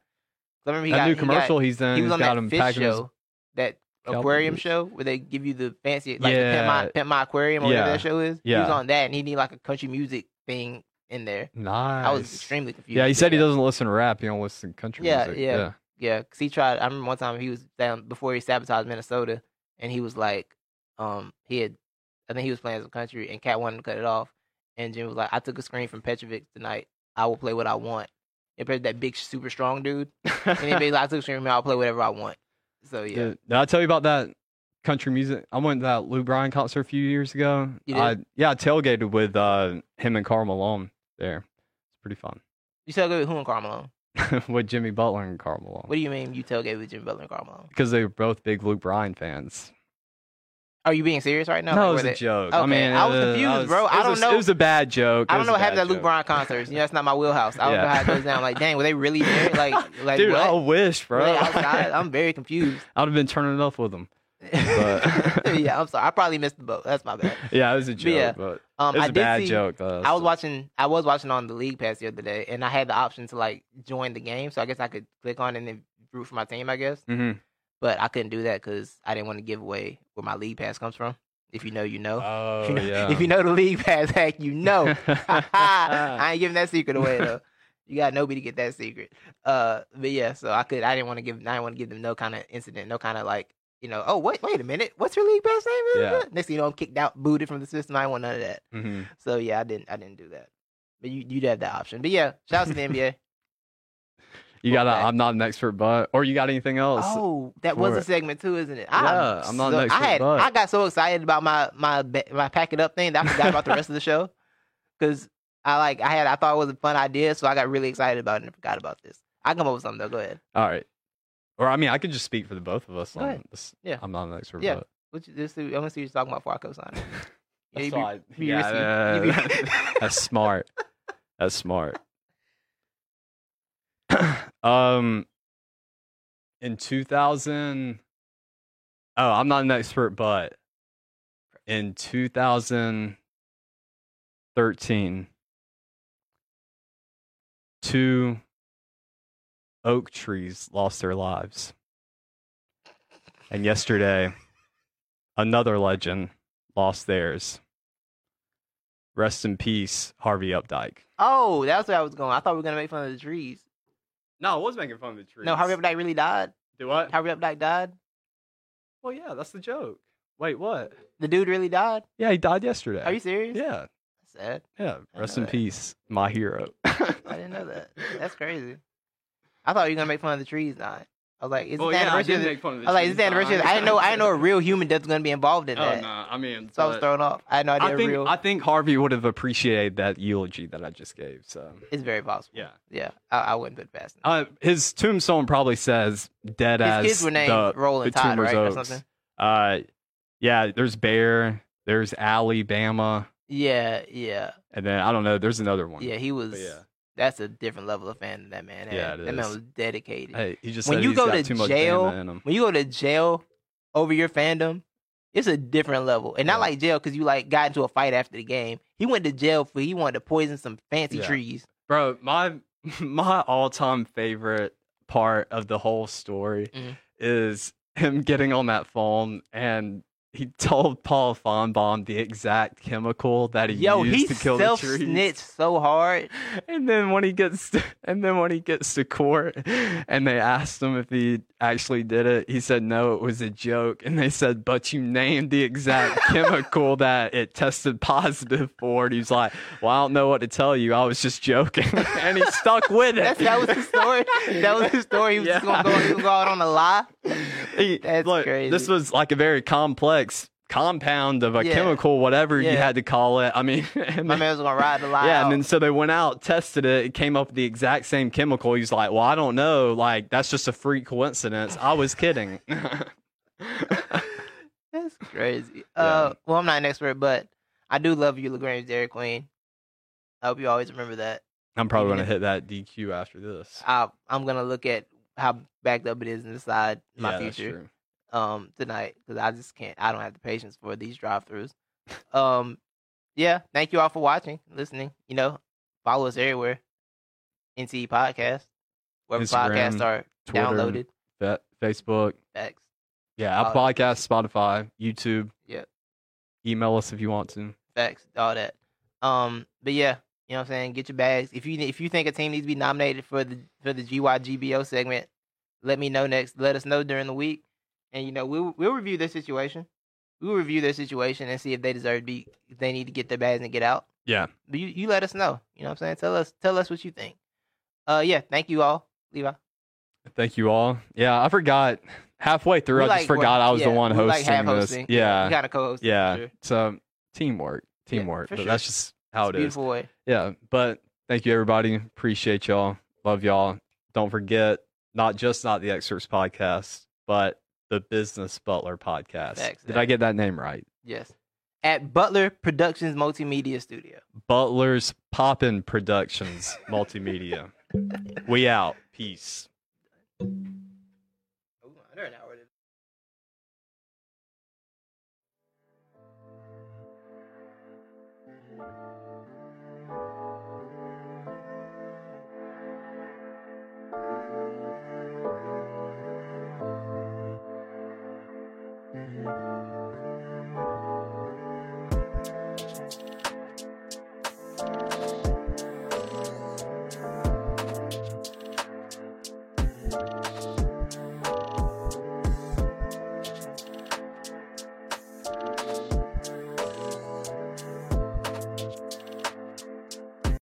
Speaker 2: I remember he
Speaker 1: that
Speaker 2: got,
Speaker 1: new
Speaker 2: he
Speaker 1: commercial
Speaker 2: got-
Speaker 1: he's in,
Speaker 2: he was
Speaker 1: he's
Speaker 2: on
Speaker 1: got
Speaker 2: that
Speaker 1: him
Speaker 2: fish
Speaker 1: packing. his-
Speaker 2: show, that
Speaker 1: Cowboy
Speaker 2: aquarium
Speaker 1: boots.
Speaker 2: show where they give you the fancy like the Pet
Speaker 1: Yeah.
Speaker 2: My, Pet My Aquarium or whatever
Speaker 1: Yeah.
Speaker 2: that show is. He was
Speaker 1: Yeah.
Speaker 2: on that and he needed like a country music thing in there.
Speaker 1: Nice.
Speaker 2: I was extremely confused.
Speaker 1: yeah, he
Speaker 2: but
Speaker 1: said he doesn't listen to rap. He don't listen to country
Speaker 2: Yeah,
Speaker 1: music.
Speaker 2: yeah. Yeah, because he tried. I remember one time he was down before he sabotaged Minnesota, and he was like, um, he had, I think he was playing some country, and Cat wanted to cut it off, and Jimmy was like, I took a screen from Petrovic tonight. I will play what I want. And Petrovic, that big, super strong dude, and he basically, I took a screen from him. I'll play whatever I want. So yeah,
Speaker 1: Dude, did I tell you about that country music? I went to that Lou Bryan concert a few years ago.
Speaker 2: You did?
Speaker 1: I, yeah, I tailgated with uh, him and Carl Malone there. It's pretty fun.
Speaker 2: you tailgate with who and Carmelo?
Speaker 1: with Jimmy Butler and Carl Malone
Speaker 2: What do you mean you tailgate with Jimmy Butler and Carmelo?
Speaker 1: because they were both big Luke Bryan fans.
Speaker 2: Are you being serious right now?
Speaker 1: No,
Speaker 2: Like,
Speaker 1: it was
Speaker 2: were
Speaker 1: a
Speaker 2: they-
Speaker 1: joke.
Speaker 2: okay,
Speaker 1: I mean,
Speaker 2: I was
Speaker 1: uh,
Speaker 2: confused, bro.
Speaker 1: it
Speaker 2: I
Speaker 1: was
Speaker 2: don't
Speaker 1: a-
Speaker 2: know-
Speaker 1: It was a bad joke. It
Speaker 2: I don't
Speaker 1: was
Speaker 2: know
Speaker 1: a
Speaker 2: what happened
Speaker 1: bad
Speaker 2: at Luke
Speaker 1: joke.
Speaker 2: Bryan concerts. You know, that's not my wheelhouse. I don't know
Speaker 1: Yeah.
Speaker 2: how it goes down. Like, dang, were they really there? Like, like
Speaker 1: Dude,
Speaker 2: what?
Speaker 1: I wish,
Speaker 2: Were
Speaker 1: bro.
Speaker 2: they outside? I'm very confused.
Speaker 1: I'd have been turning it up with him. But-
Speaker 2: yeah, I'm sorry. I probably missed the boat. That's my bad.
Speaker 1: Yeah, it was a joke,
Speaker 2: yeah,
Speaker 1: but
Speaker 2: Um,
Speaker 1: it was
Speaker 2: I
Speaker 1: a
Speaker 2: did
Speaker 1: bad
Speaker 2: see,
Speaker 1: joke. uh,
Speaker 2: I was
Speaker 1: so-
Speaker 2: watching. I was watching on the league pass the other day, and I had the option to like join the game. So I guess I could click on and then root for my team. I guess,
Speaker 1: Mhm.
Speaker 2: but I couldn't do that because I didn't want to give away where my league pass comes from. If you know, you know.
Speaker 1: Oh,
Speaker 2: if, you know
Speaker 1: yeah.
Speaker 2: if you know the league pass hack, you know. I ain't giving that secret away though. You got nobody to get that secret. Uh, but yeah, so I could. I didn't want to give. I didn't want to give them no kind of incident, no kind of like, you know. Oh wait, wait a minute. What's your league pass name?
Speaker 1: Yeah.
Speaker 2: Next thing you know, I'm kicked out, booted from the system. I didn't want none of that.
Speaker 1: Mhm.
Speaker 2: So yeah, I didn't. I didn't do that. But you, you did have that option. But yeah, shout out to the NBA.
Speaker 1: You got. a
Speaker 2: Okay.
Speaker 1: I'm not an expert, but or you got anything else?
Speaker 2: Oh, that was a
Speaker 1: for-
Speaker 2: segment too, isn't it?
Speaker 1: Yeah, I'm not
Speaker 2: so-
Speaker 1: next
Speaker 2: I
Speaker 1: to
Speaker 2: had.
Speaker 1: Bud.
Speaker 2: I got so excited about my my ba- my pack it up thing that I forgot about the rest of the show because I like I had I thought it was a fun idea, so I got really excited about it and forgot about this. I come up with something though. Go ahead.
Speaker 1: All right. Or I mean, I could just speak for the both of us.
Speaker 2: Go ahead.
Speaker 1: On this.
Speaker 2: Yeah.
Speaker 1: I'm not an expert,
Speaker 2: Yeah.
Speaker 1: but
Speaker 2: What you, this, I want to see what you're talking about before I co-sign. it. Yeah, you
Speaker 1: That's
Speaker 2: be-
Speaker 1: all I-
Speaker 2: you be
Speaker 1: yeah,
Speaker 2: risky.
Speaker 1: uh,
Speaker 2: You be-
Speaker 1: That's smart. That's smart. um, in 2000, oh, I'm not an expert, but in 2013, two oak trees lost their lives. And yesterday, another legend lost theirs. Rest in peace, Harvey Updike.
Speaker 2: oh, that's where I was going. I thought we were gonna make fun of the trees.
Speaker 1: No, I was making fun of the trees.
Speaker 2: No, Harvey Updike really died.
Speaker 1: Do what?
Speaker 2: Harvey Updike died. Oh,
Speaker 1: Well, yeah, that's the joke. Wait, what?
Speaker 2: The dude really died.
Speaker 1: Yeah, he died yesterday.
Speaker 2: Are you serious?
Speaker 1: Yeah,
Speaker 2: Sad.
Speaker 1: yeah.
Speaker 2: I
Speaker 1: Rest
Speaker 2: know
Speaker 1: in
Speaker 2: that.
Speaker 1: peace, my hero.
Speaker 2: I didn't know that. That's crazy. I thought you were gonna make fun of the trees. Not. I was like, is
Speaker 1: Well,
Speaker 2: the
Speaker 1: yeah, I
Speaker 2: anniversary?
Speaker 1: did
Speaker 2: of the-
Speaker 1: make fun of the
Speaker 2: I was like,
Speaker 1: trees.
Speaker 2: is the anniversary? of the- I didn't know. I didn't know a real human death's gonna be involved in
Speaker 1: Oh
Speaker 2: that.
Speaker 1: no, I mean,
Speaker 2: So I was
Speaker 1: but
Speaker 2: thrown off. I had no idea.
Speaker 1: I think
Speaker 2: real.
Speaker 1: I think Harvey would have appreciated that eulogy that I just gave. So
Speaker 2: it's very possible.
Speaker 1: yeah,
Speaker 2: Yeah, I, I wouldn't put it past.
Speaker 1: uh, his tombstone probably says "dead
Speaker 2: Him.
Speaker 1: as
Speaker 2: His kids were named
Speaker 1: the
Speaker 2: Roll and
Speaker 1: the
Speaker 2: Todd,
Speaker 1: tumor's
Speaker 2: right, or
Speaker 1: oaks.
Speaker 2: something.
Speaker 1: Uh, yeah, there's Bear, there's Alabama,
Speaker 2: Yeah, yeah,
Speaker 1: and then I don't know, there's another one.
Speaker 2: yeah. He was.
Speaker 1: yeah.
Speaker 2: That's a different level of fan than that man. Had.
Speaker 1: Yeah, it
Speaker 2: that man
Speaker 1: is.
Speaker 2: was dedicated.
Speaker 1: Hey, he just
Speaker 2: When
Speaker 1: said
Speaker 2: you
Speaker 1: he's
Speaker 2: go
Speaker 1: got
Speaker 2: to
Speaker 1: too much
Speaker 2: jail-
Speaker 1: Bama in him.
Speaker 2: When you go to jail over your fandom, it's a different level, and
Speaker 1: Yeah.
Speaker 2: not like jail because you like got into a fight after the game. He went to jail for he wanted to poison some fancy
Speaker 1: Yeah.
Speaker 2: trees.
Speaker 1: Bro, my my all-time favorite part of the whole story
Speaker 2: Mhm.
Speaker 1: is him getting on that phone and he told Paul Fonbaum the exact chemical that he
Speaker 2: Yo,
Speaker 1: used
Speaker 2: he
Speaker 1: to kill the
Speaker 2: self
Speaker 1: trees.
Speaker 2: snitched so hard.
Speaker 1: And then when he gets to, and then when he gets to court and they asked him if he actually did it, he said no, it was a joke. And they said, "But you named the exact chemical that it tested positive for." And he's like, "Well, I don't know what to tell you. I was just joking." and he stuck with it.
Speaker 2: That's, that was his story. That was his story. He was just gonna go, he was going on a lie.
Speaker 1: He-
Speaker 2: That's
Speaker 1: look, This
Speaker 2: crazy.
Speaker 1: was like a very complex compound of a
Speaker 2: Yeah.
Speaker 1: chemical, whatever you
Speaker 2: Yeah.
Speaker 1: had to call it. I mean, and
Speaker 2: My
Speaker 1: then-
Speaker 2: man was gonna ride the lie.
Speaker 1: Yeah,
Speaker 2: out.
Speaker 1: and then so they went out, tested it, it came up with the exact same chemical. He's like, Well, I don't know. Like, that's just a freak coincidence. I was kidding.
Speaker 2: That's crazy. Uh, well, I'm not an expert, but I do love you, Lagrange Dairy Queen. I hope you always remember that.
Speaker 1: I'm probably gonna
Speaker 2: Yeah.
Speaker 1: hit that DQ after this.
Speaker 2: I, I'm gonna look at how backed up it is and decide my
Speaker 1: yeah, that's
Speaker 2: future
Speaker 1: true.
Speaker 2: um tonight because I just can't. I don't have the patience for these drive-throughs. um, yeah. Thank you all for watching, listening. You know, follow us everywhere. NCE Podcast, where podcasts
Speaker 1: Instagram,
Speaker 2: are
Speaker 1: Twitter,
Speaker 2: downloaded.
Speaker 1: Fe- Facebook.
Speaker 2: Facts.
Speaker 1: Yeah, Apple Podcasts, Spotify, YouTube.
Speaker 2: Yeah.
Speaker 1: Email us if you want to.
Speaker 2: Facts, all that. Um, but yeah, you know what I'm saying. Get your bags. If you if you think a team needs to be nominated for the for the GYGBO segment, let me know next. Let us know during the week, and you know we'll we'll review their situation. We'll review their situation and see if they deserve to be. If they need to get their bags and get out.
Speaker 1: Yeah.
Speaker 2: But you you let us know. You know what I'm saying. Tell us tell us what you think. Uh, yeah. Thank you all, Levi.
Speaker 1: Thank you all. Yeah, I forgot halfway through,
Speaker 2: We
Speaker 1: I
Speaker 2: like-
Speaker 1: just forgot I was the
Speaker 2: yeah,
Speaker 1: one
Speaker 2: we
Speaker 1: hosting
Speaker 2: like half
Speaker 1: this.
Speaker 2: hosting.
Speaker 1: Yeah.
Speaker 2: We got a co-host.
Speaker 1: Yeah.
Speaker 2: Sure.
Speaker 1: So teamwork.
Speaker 2: Yeah,
Speaker 1: Teamwork.
Speaker 2: for
Speaker 1: But
Speaker 2: sure.
Speaker 1: That's just how
Speaker 2: It's
Speaker 1: it
Speaker 2: a
Speaker 1: is.
Speaker 2: beautiful way.
Speaker 1: yeah but thank you everybody appreciate y'all love y'all don't forget not just not the excerpts podcast but the business butler podcast
Speaker 2: Facts,
Speaker 1: did i
Speaker 2: facts.
Speaker 1: get that name right
Speaker 2: Yes. At Butler Productions Multimedia Studio.
Speaker 1: butler's poppin productions multimedia we out peace